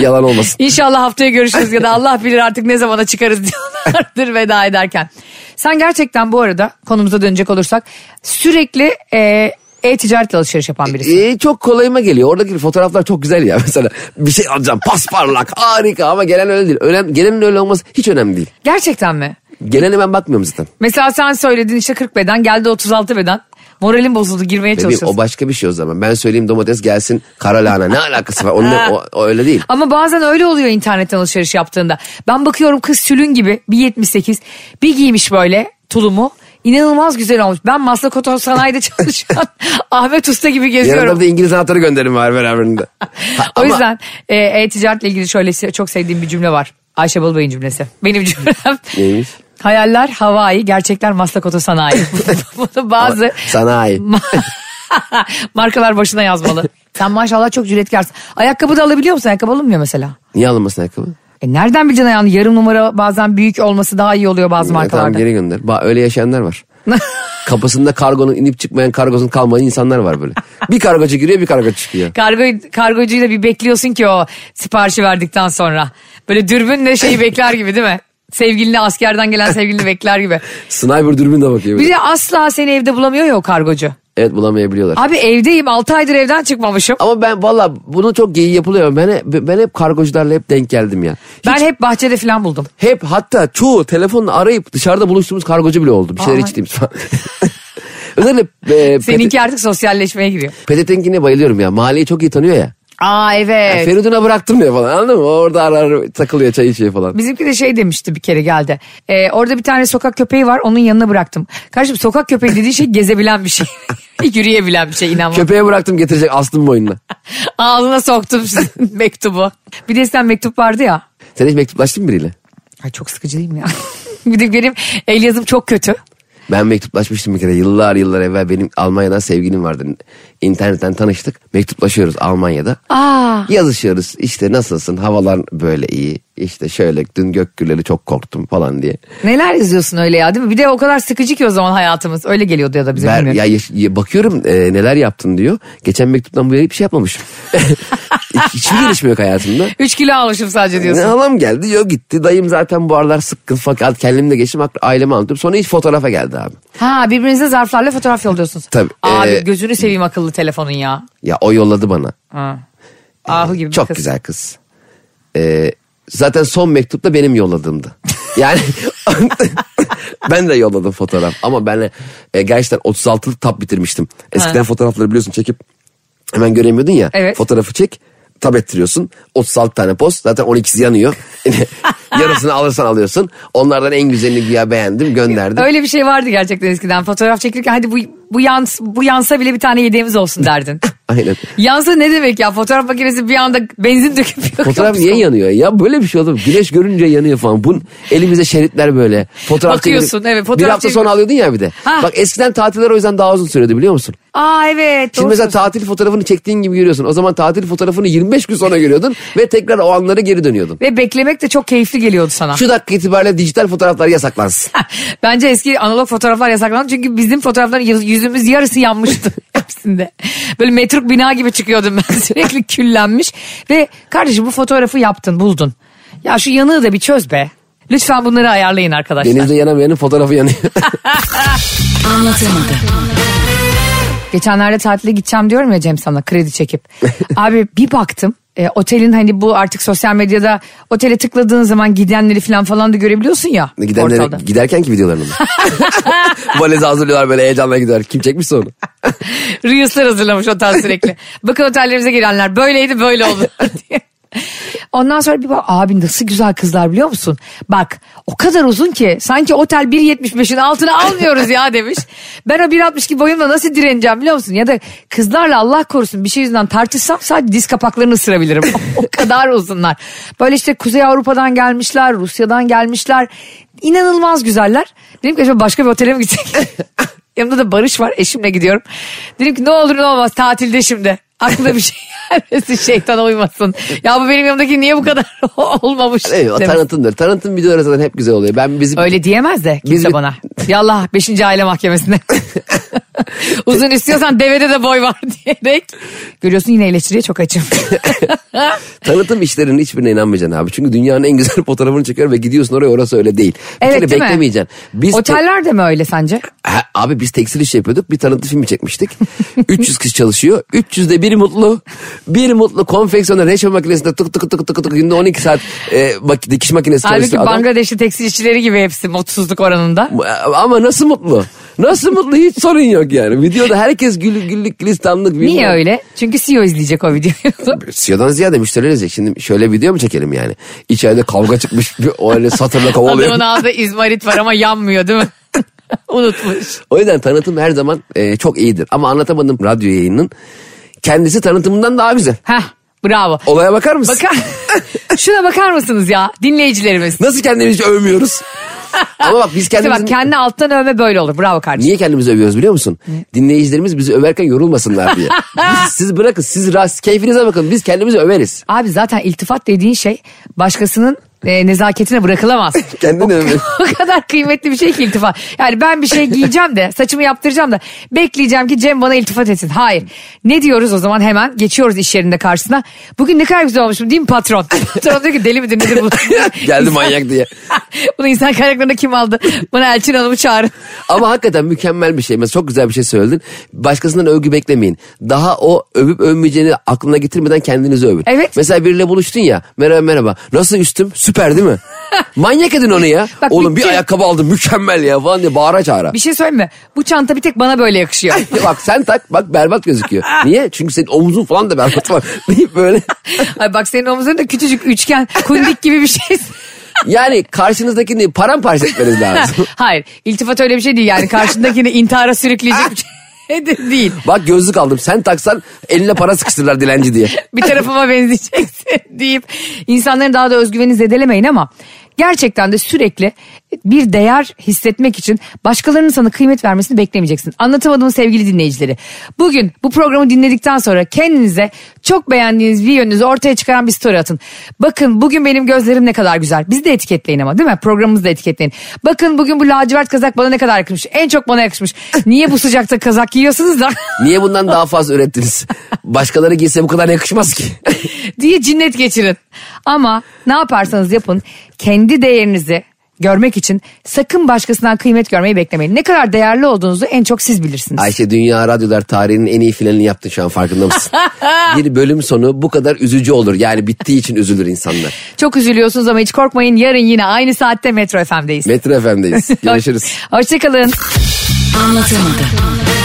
Speaker 3: Yalan olmasın.
Speaker 2: İnşallah haftaya görüşürüz ya da Allah bilir artık ne zamana çıkarız diyorlardır veda ederken. Sen gerçekten bu arada konumuza dönecek olursak sürekli e, e-ticaretle alışveriş yapan birisi.
Speaker 3: Ee, çok kolayıma geliyor. Oradaki fotoğraflar çok güzel ya. Mesela bir şey alacağım pasparlak harika ama gelen öyle değil. Önemli, gelenin öyle olması hiç önemli değil.
Speaker 2: Gerçekten mi?
Speaker 3: Gelene ben bakmıyorum zaten.
Speaker 2: Mesela sen söyledin işte 40 beden geldi 36 beden. Moralim bozuldu girmeye
Speaker 3: Bebeğim
Speaker 2: çalışıyorsun.
Speaker 3: o başka bir şey o zaman. Ben söyleyeyim domates gelsin kara lahana. Ne alakası var? Onunla, o, o öyle değil.
Speaker 2: Ama bazen öyle oluyor internetten alışveriş yaptığında. Ben bakıyorum kız sülün gibi bir 78 bir giymiş böyle tulumu. İnanılmaz güzel olmuş. Ben Masla Koton Sanayi'de çalışan Ahmet Usta gibi
Speaker 3: Yanında
Speaker 2: geziyorum.
Speaker 3: bir de İngiliz anahtarı gönderim var beraberinde. Ha,
Speaker 2: O
Speaker 3: ama
Speaker 2: yüzden e, e-ticaretle ilgili şöyle se- çok sevdiğim bir cümle var. Ayşe Balıbey'in cümlesi. Benim cümlem.
Speaker 3: Neymiş?
Speaker 2: Hayaller havai, gerçekler Maslak Otosanayi. Bunu bazı
Speaker 3: Sanayi.
Speaker 2: markalar başına yazmalı. Sen maşallah çok cüretkarsın. Ayakkabı da alabiliyor musun? Ayakkabı alınmıyor mesela.
Speaker 3: Niye alınmasın ayakkabı?
Speaker 2: E nereden bileceksin ayağını? Yarım numara bazen büyük olması daha iyi oluyor bazı
Speaker 3: Ya, Tamam
Speaker 2: markalarda.
Speaker 3: geri gönder. Ba- öyle yaşayanlar var. Kapısında kargonun inip çıkmayan kargosun kalmayan insanlar var böyle. Bir kargocu giriyor bir kargo çıkıyor.
Speaker 2: Kargo, kargocuyla bir bekliyorsun ki o siparişi verdikten sonra. Böyle dürbünle şeyi bekler gibi değil mi? Sevgilini askerden gelen sevgilini bekler gibi.
Speaker 3: Sniper dürbünle bakıyor.
Speaker 2: Bir
Speaker 3: böyle.
Speaker 2: de asla seni evde bulamıyor ya o kargocu.
Speaker 3: Evet bulamayabiliyorlar.
Speaker 2: Abi evdeyim 6 aydır evden çıkmamışım.
Speaker 3: Ama ben valla bunu çok iyi yapılıyor. Ben, hep- ben hep kargocularla hep denk geldim ya.
Speaker 2: Ben hep bahçede falan buldum.
Speaker 3: Hep hatta çoğu telefonla arayıp dışarıda buluştuğumuz kargocu bile oldu. Bir şeyler
Speaker 2: Aa.
Speaker 3: içtiğimiz falan. Özellikle e,
Speaker 2: Seninki artık sosyalleşmeye giriyor.
Speaker 3: Petetenkine bayılıyorum ya. Mahalleyi çok iyi tanıyor ya.
Speaker 2: Aa evet.
Speaker 3: Feridun'a bıraktım ya falan anladın mı? Orada arar takılıyor çay içiyor falan.
Speaker 2: Bizimki de şey demişti bir kere geldi. Ee, orada bir tane sokak köpeği var onun yanına bıraktım. Kardeşim sokak köpeği dediği şey gezebilen bir şey. Yürüyebilen bir şey inanmam.
Speaker 3: Köpeğe bıraktım getirecek astım boynuna.
Speaker 2: Ağzına soktum sizin mektubu. Bir de sen mektup vardı ya.
Speaker 3: Sen hiç mektuplaştın mı biriyle?
Speaker 2: Ay çok sıkıcı değil mi ya? bir de benim el yazım çok kötü.
Speaker 3: Ben mektuplaşmıştım bir kere yıllar yıllar evvel benim Almanya'dan sevgilim vardı. İnternetten tanıştık mektuplaşıyoruz Almanya'da.
Speaker 2: Aa.
Speaker 3: Yazışıyoruz işte nasılsın havalar böyle iyi işte şöyle dün gök gürleri çok korktum falan diye.
Speaker 2: Neler yazıyorsun öyle ya değil mi? Bir de o kadar sıkıcı ki o zaman hayatımız. Öyle geliyordu ya da bize
Speaker 3: Ver,
Speaker 2: bilmiyorum.
Speaker 3: ya, yaş- ya bakıyorum e, neler yaptın diyor. Geçen mektuptan bu yana hiçbir şey yapmamışım. Hiç- Hiçbir gelişme yok hayatımda.
Speaker 2: 3 kilo almışım sadece
Speaker 3: Ne
Speaker 2: diyorsun.
Speaker 3: halam geldi yok gitti. Dayım zaten bu aralar sıkkın fakat kendimle geçim ailemi anlatıyorum. Sonra hiç fotoğrafa geldi abi.
Speaker 2: Ha birbirinize zarflarla fotoğraf yolluyorsunuz.
Speaker 3: Tabii,
Speaker 2: Abi
Speaker 3: e-
Speaker 2: gözünü seveyim akıllı telefonun ya.
Speaker 3: Ya o yolladı bana.
Speaker 2: Ha. Ahu gibi bir
Speaker 3: Çok
Speaker 2: kız.
Speaker 3: güzel kız. Ee, zaten son mektup da benim yolladığımdı. Yani ben de yolladım fotoğraf ama ben e, gerçekten 36'lık tab bitirmiştim. Eskiden
Speaker 2: Ha.
Speaker 3: fotoğrafları biliyorsun çekip hemen göremiyordun ya.
Speaker 2: Evet.
Speaker 3: Fotoğrafı çek tab ettiriyorsun. 36 tane post zaten 12'si yanıyor. Yarısını alırsan alıyorsun. Onlardan en güzelini güya beğendim gönderdim.
Speaker 2: Öyle bir şey vardı gerçekten eskiden. Fotoğraf çekilirken hadi bu bu yans bu yansa bile bir tane yedeğimiz olsun derdin.
Speaker 3: Aynen.
Speaker 2: yansa ne demek ya? Fotoğraf makinesi bir anda benzin döküp yakıyor.
Speaker 3: Fotoğraf niye yanıyor? Ya böyle bir şey olur. mu? Güneş görünce yanıyor falan. Bunun elimize şeritler böyle. Fotoğraf
Speaker 2: Bakıyorsun,
Speaker 3: çevirip-
Speaker 2: evet, fotoğraf
Speaker 3: Bir hafta
Speaker 2: çeviriyorsun.
Speaker 3: sonra alıyordun ya bir de.
Speaker 2: Ha.
Speaker 3: Bak eskiden tatiller o yüzden daha uzun sürüyordu biliyor musun?
Speaker 2: Aa evet.
Speaker 3: Şimdi
Speaker 2: doğru söylüyorsun.
Speaker 3: mesela tatil fotoğrafını çektiğin gibi görüyorsun. O zaman tatil fotoğrafını 25 gün sonra görüyordun ve tekrar o anlara geri dönüyordun.
Speaker 2: Ve beklemek de çok keyifli geliyordu sana.
Speaker 3: Şu dakika itibariyle dijital fotoğraflar yasaklansın.
Speaker 2: Bence eski analog fotoğraflar yasaklandı çünkü bizim fotoğrafların yüz- yüzümüz yarısı yanmıştı hepsinde. Böyle metruk bina gibi çıkıyordum ben sürekli küllenmiş. Ve kardeşim bu fotoğrafı yaptın buldun. Ya şu yanığı da bir çöz be. Lütfen bunları ayarlayın arkadaşlar.
Speaker 3: Denizde yanamayanın fotoğrafı yanıyor.
Speaker 1: Anlatamadım.
Speaker 2: Geçenlerde tatile gideceğim diyorum ya Cem sana kredi çekip. Abi bir baktım e, otelin hani bu artık sosyal medyada otele tıkladığın zaman gidenleri falan falan da görebiliyorsun ya. ortada.
Speaker 3: Gidenlere, giderken ki videolarını mı? Valizi hazırlıyorlar böyle heyecanla gidiyor. Kim çekmişse onu.
Speaker 2: Reels'ler hazırlamış otel sürekli. Bakın otellerimize girenler böyleydi böyle oldu diye. Ondan sonra bir bak abi nasıl güzel kızlar biliyor musun? Bak o kadar uzun ki sanki otel 1.75'in altına almıyoruz ya demiş. Ben o 1.62 boyumla nasıl direneceğim biliyor musun? Ya da kızlarla Allah korusun bir şey yüzünden tartışsam sadece diz kapaklarını ısırabilirim. o kadar uzunlar. Böyle işte Kuzey Avrupa'dan gelmişler, Rusya'dan gelmişler. İnanılmaz güzeller. Dedim ki acaba başka bir otele mi gitsek? Yanımda da Barış var eşimle gidiyorum. Dedim ki ne olur ne olmaz tatilde şimdi. Aklına bir şey gelmesin şeytana uymasın. Ya bu benim yanımdaki niye bu kadar olmamış?
Speaker 3: Evet, o
Speaker 2: demiş.
Speaker 3: tanıtımdır. Tanıtım videoları zaten hep güzel oluyor. Ben bizim
Speaker 2: Öyle diyemez de kimse
Speaker 3: Biz-
Speaker 2: bana. Yallah 5. aile mahkemesinde. Uzun istiyorsan devede de boy var diyerek. Görüyorsun yine eleştiriye çok açım.
Speaker 3: Tanıtım işlerinin hiçbirine inanmayacaksın abi. Çünkü dünyanın en güzel fotoğrafını çekiyor ve gidiyorsun oraya orası öyle değil. Bir
Speaker 2: evet
Speaker 3: kere
Speaker 2: değil mi?
Speaker 3: beklemeyeceksin. Biz
Speaker 2: Oteller de mi öyle sence?
Speaker 3: Ha, abi biz tekstil iş yapıyorduk. Bir tanıtım filmi çekmiştik. 300 kişi çalışıyor. 300'de biri mutlu. Bir mutlu konfeksiyonda reçel makinesinde tık tık tık tık tık günde 12 saat e, mak- dikiş makinesi
Speaker 2: Halbuki
Speaker 3: çalışıyor adam. e,
Speaker 2: Bangladeşli tekstil işçileri gibi hepsi mutsuzluk oranında.
Speaker 3: Ama nasıl mutlu? Nasıl mutlu hiç sorun yok yani. Videoda herkes gül, güllük gülistanlık. bilmem.
Speaker 2: Niye öyle? Çünkü CEO izleyecek o videoyu.
Speaker 3: CEO'dan ziyade müşteriler izleyecek. Şimdi şöyle video mu çekelim yani? İçeride kavga çıkmış bir o öyle satırla kovalıyor.
Speaker 2: Adamın ağzında izmarit var ama yanmıyor değil mi? Unutmuş.
Speaker 3: O yüzden tanıtım her zaman e, çok iyidir. Ama anlatamadım radyo yayının kendisi tanıtımından daha güzel.
Speaker 2: Heh bravo.
Speaker 3: Olaya bakar mısın?
Speaker 2: Bakar, şuna bakar mısınız ya dinleyicilerimiz?
Speaker 3: Nasıl kendimizi övmüyoruz? Ama bak biz
Speaker 2: İşte
Speaker 3: kendimizi...
Speaker 2: bak kendi alttan övme böyle olur. Bravo kardeşim.
Speaker 3: Niye kendimizi övüyoruz biliyor musun? Dinleyicilerimiz bizi överken yorulmasınlar diye. Biz- siz bırakın siz rast keyfinize bakın biz kendimizi överiz.
Speaker 2: Abi zaten iltifat dediğin şey başkasının e, nezaketine bırakılamaz.
Speaker 3: Kendini överiz.
Speaker 2: o kadar kıymetli bir şey ki iltifat. Yani ben bir şey giyeceğim de saçımı yaptıracağım da bekleyeceğim ki Cem bana iltifat etsin. Hayır. Ne diyoruz o zaman hemen geçiyoruz iş yerinde karşısına. Bugün ne kadar güzel olmuşum değil mi patron? patron diyor ki deli midir nedir bu?
Speaker 3: Geldi
Speaker 2: İnsan-
Speaker 3: manyak diye.
Speaker 2: Bunu insan kaynaklarına kim aldı? Bana Elçin Hanım'ı çağırın.
Speaker 3: Ama hakikaten mükemmel bir şey. Mesela çok güzel bir şey söyledin. Başkasından övgü beklemeyin. Daha o övüp övmeyeceğini aklına getirmeden kendinizi övün.
Speaker 2: Evet.
Speaker 3: Mesela biriyle buluştun ya. Merhaba merhaba. Nasıl üstüm? Süper değil mi? Manyak edin onu ya.
Speaker 2: Bak
Speaker 3: Oğlum bir
Speaker 2: bütün-
Speaker 3: ayakkabı aldım mükemmel ya falan diye bağıra çağıra.
Speaker 2: Bir şey söyleyeyim mi? Bu çanta bir tek bana böyle yakışıyor.
Speaker 3: bak sen tak bak berbat gözüküyor. Niye? Çünkü senin omuzun falan da berbat var. Deyip böyle.
Speaker 2: Ay bak senin omuzlarında küçücük üçgen kundik gibi bir şey.
Speaker 3: Yani karşınızdakini paramparça etmeniz lazım.
Speaker 2: Hayır iltifat öyle bir şey değil yani karşındakini intihara sürükleyecek bir şey de değil.
Speaker 3: bak gözlük aldım. Sen taksan eline para sıkıştırırlar dilenci diye.
Speaker 2: Bir tarafıma benzeyeceksin deyip insanların daha da özgüveni zedelemeyin ama gerçekten de sürekli bir değer hissetmek için başkalarının sana kıymet vermesini beklemeyeceksin. Anlatamadığım sevgili dinleyicileri. Bugün bu programı dinledikten sonra kendinize çok beğendiğiniz bir yönünüzü ortaya çıkaran bir story atın. Bakın bugün benim gözlerim ne kadar güzel. Bizi de etiketleyin ama değil mi? Programımızı da etiketleyin. Bakın bugün bu lacivert kazak bana ne kadar yakışmış. En çok bana yakışmış. Niye bu sıcakta kazak giyiyorsunuz da?
Speaker 3: Niye bundan daha fazla ürettiniz? Başkaları giyse bu kadar yakışmaz ki.
Speaker 2: diye cinnet geçirin. Ama ne yaparsanız yapın kendi değerinizi görmek için sakın başkasından kıymet görmeyi beklemeyin. Ne kadar değerli olduğunuzu en çok siz bilirsiniz.
Speaker 3: Ayşe Dünya Radyolar tarihinin en iyi filanını yaptın şu an farkında mısın? bir bölüm sonu bu kadar üzücü olur. Yani bittiği için üzülür insanlar.
Speaker 2: Çok üzülüyorsunuz ama hiç korkmayın yarın yine aynı saatte Metro FM'deyiz.
Speaker 3: Metro FM'deyiz. Görüşürüz.
Speaker 2: Hoşçakalın.
Speaker 1: Anlatamadım.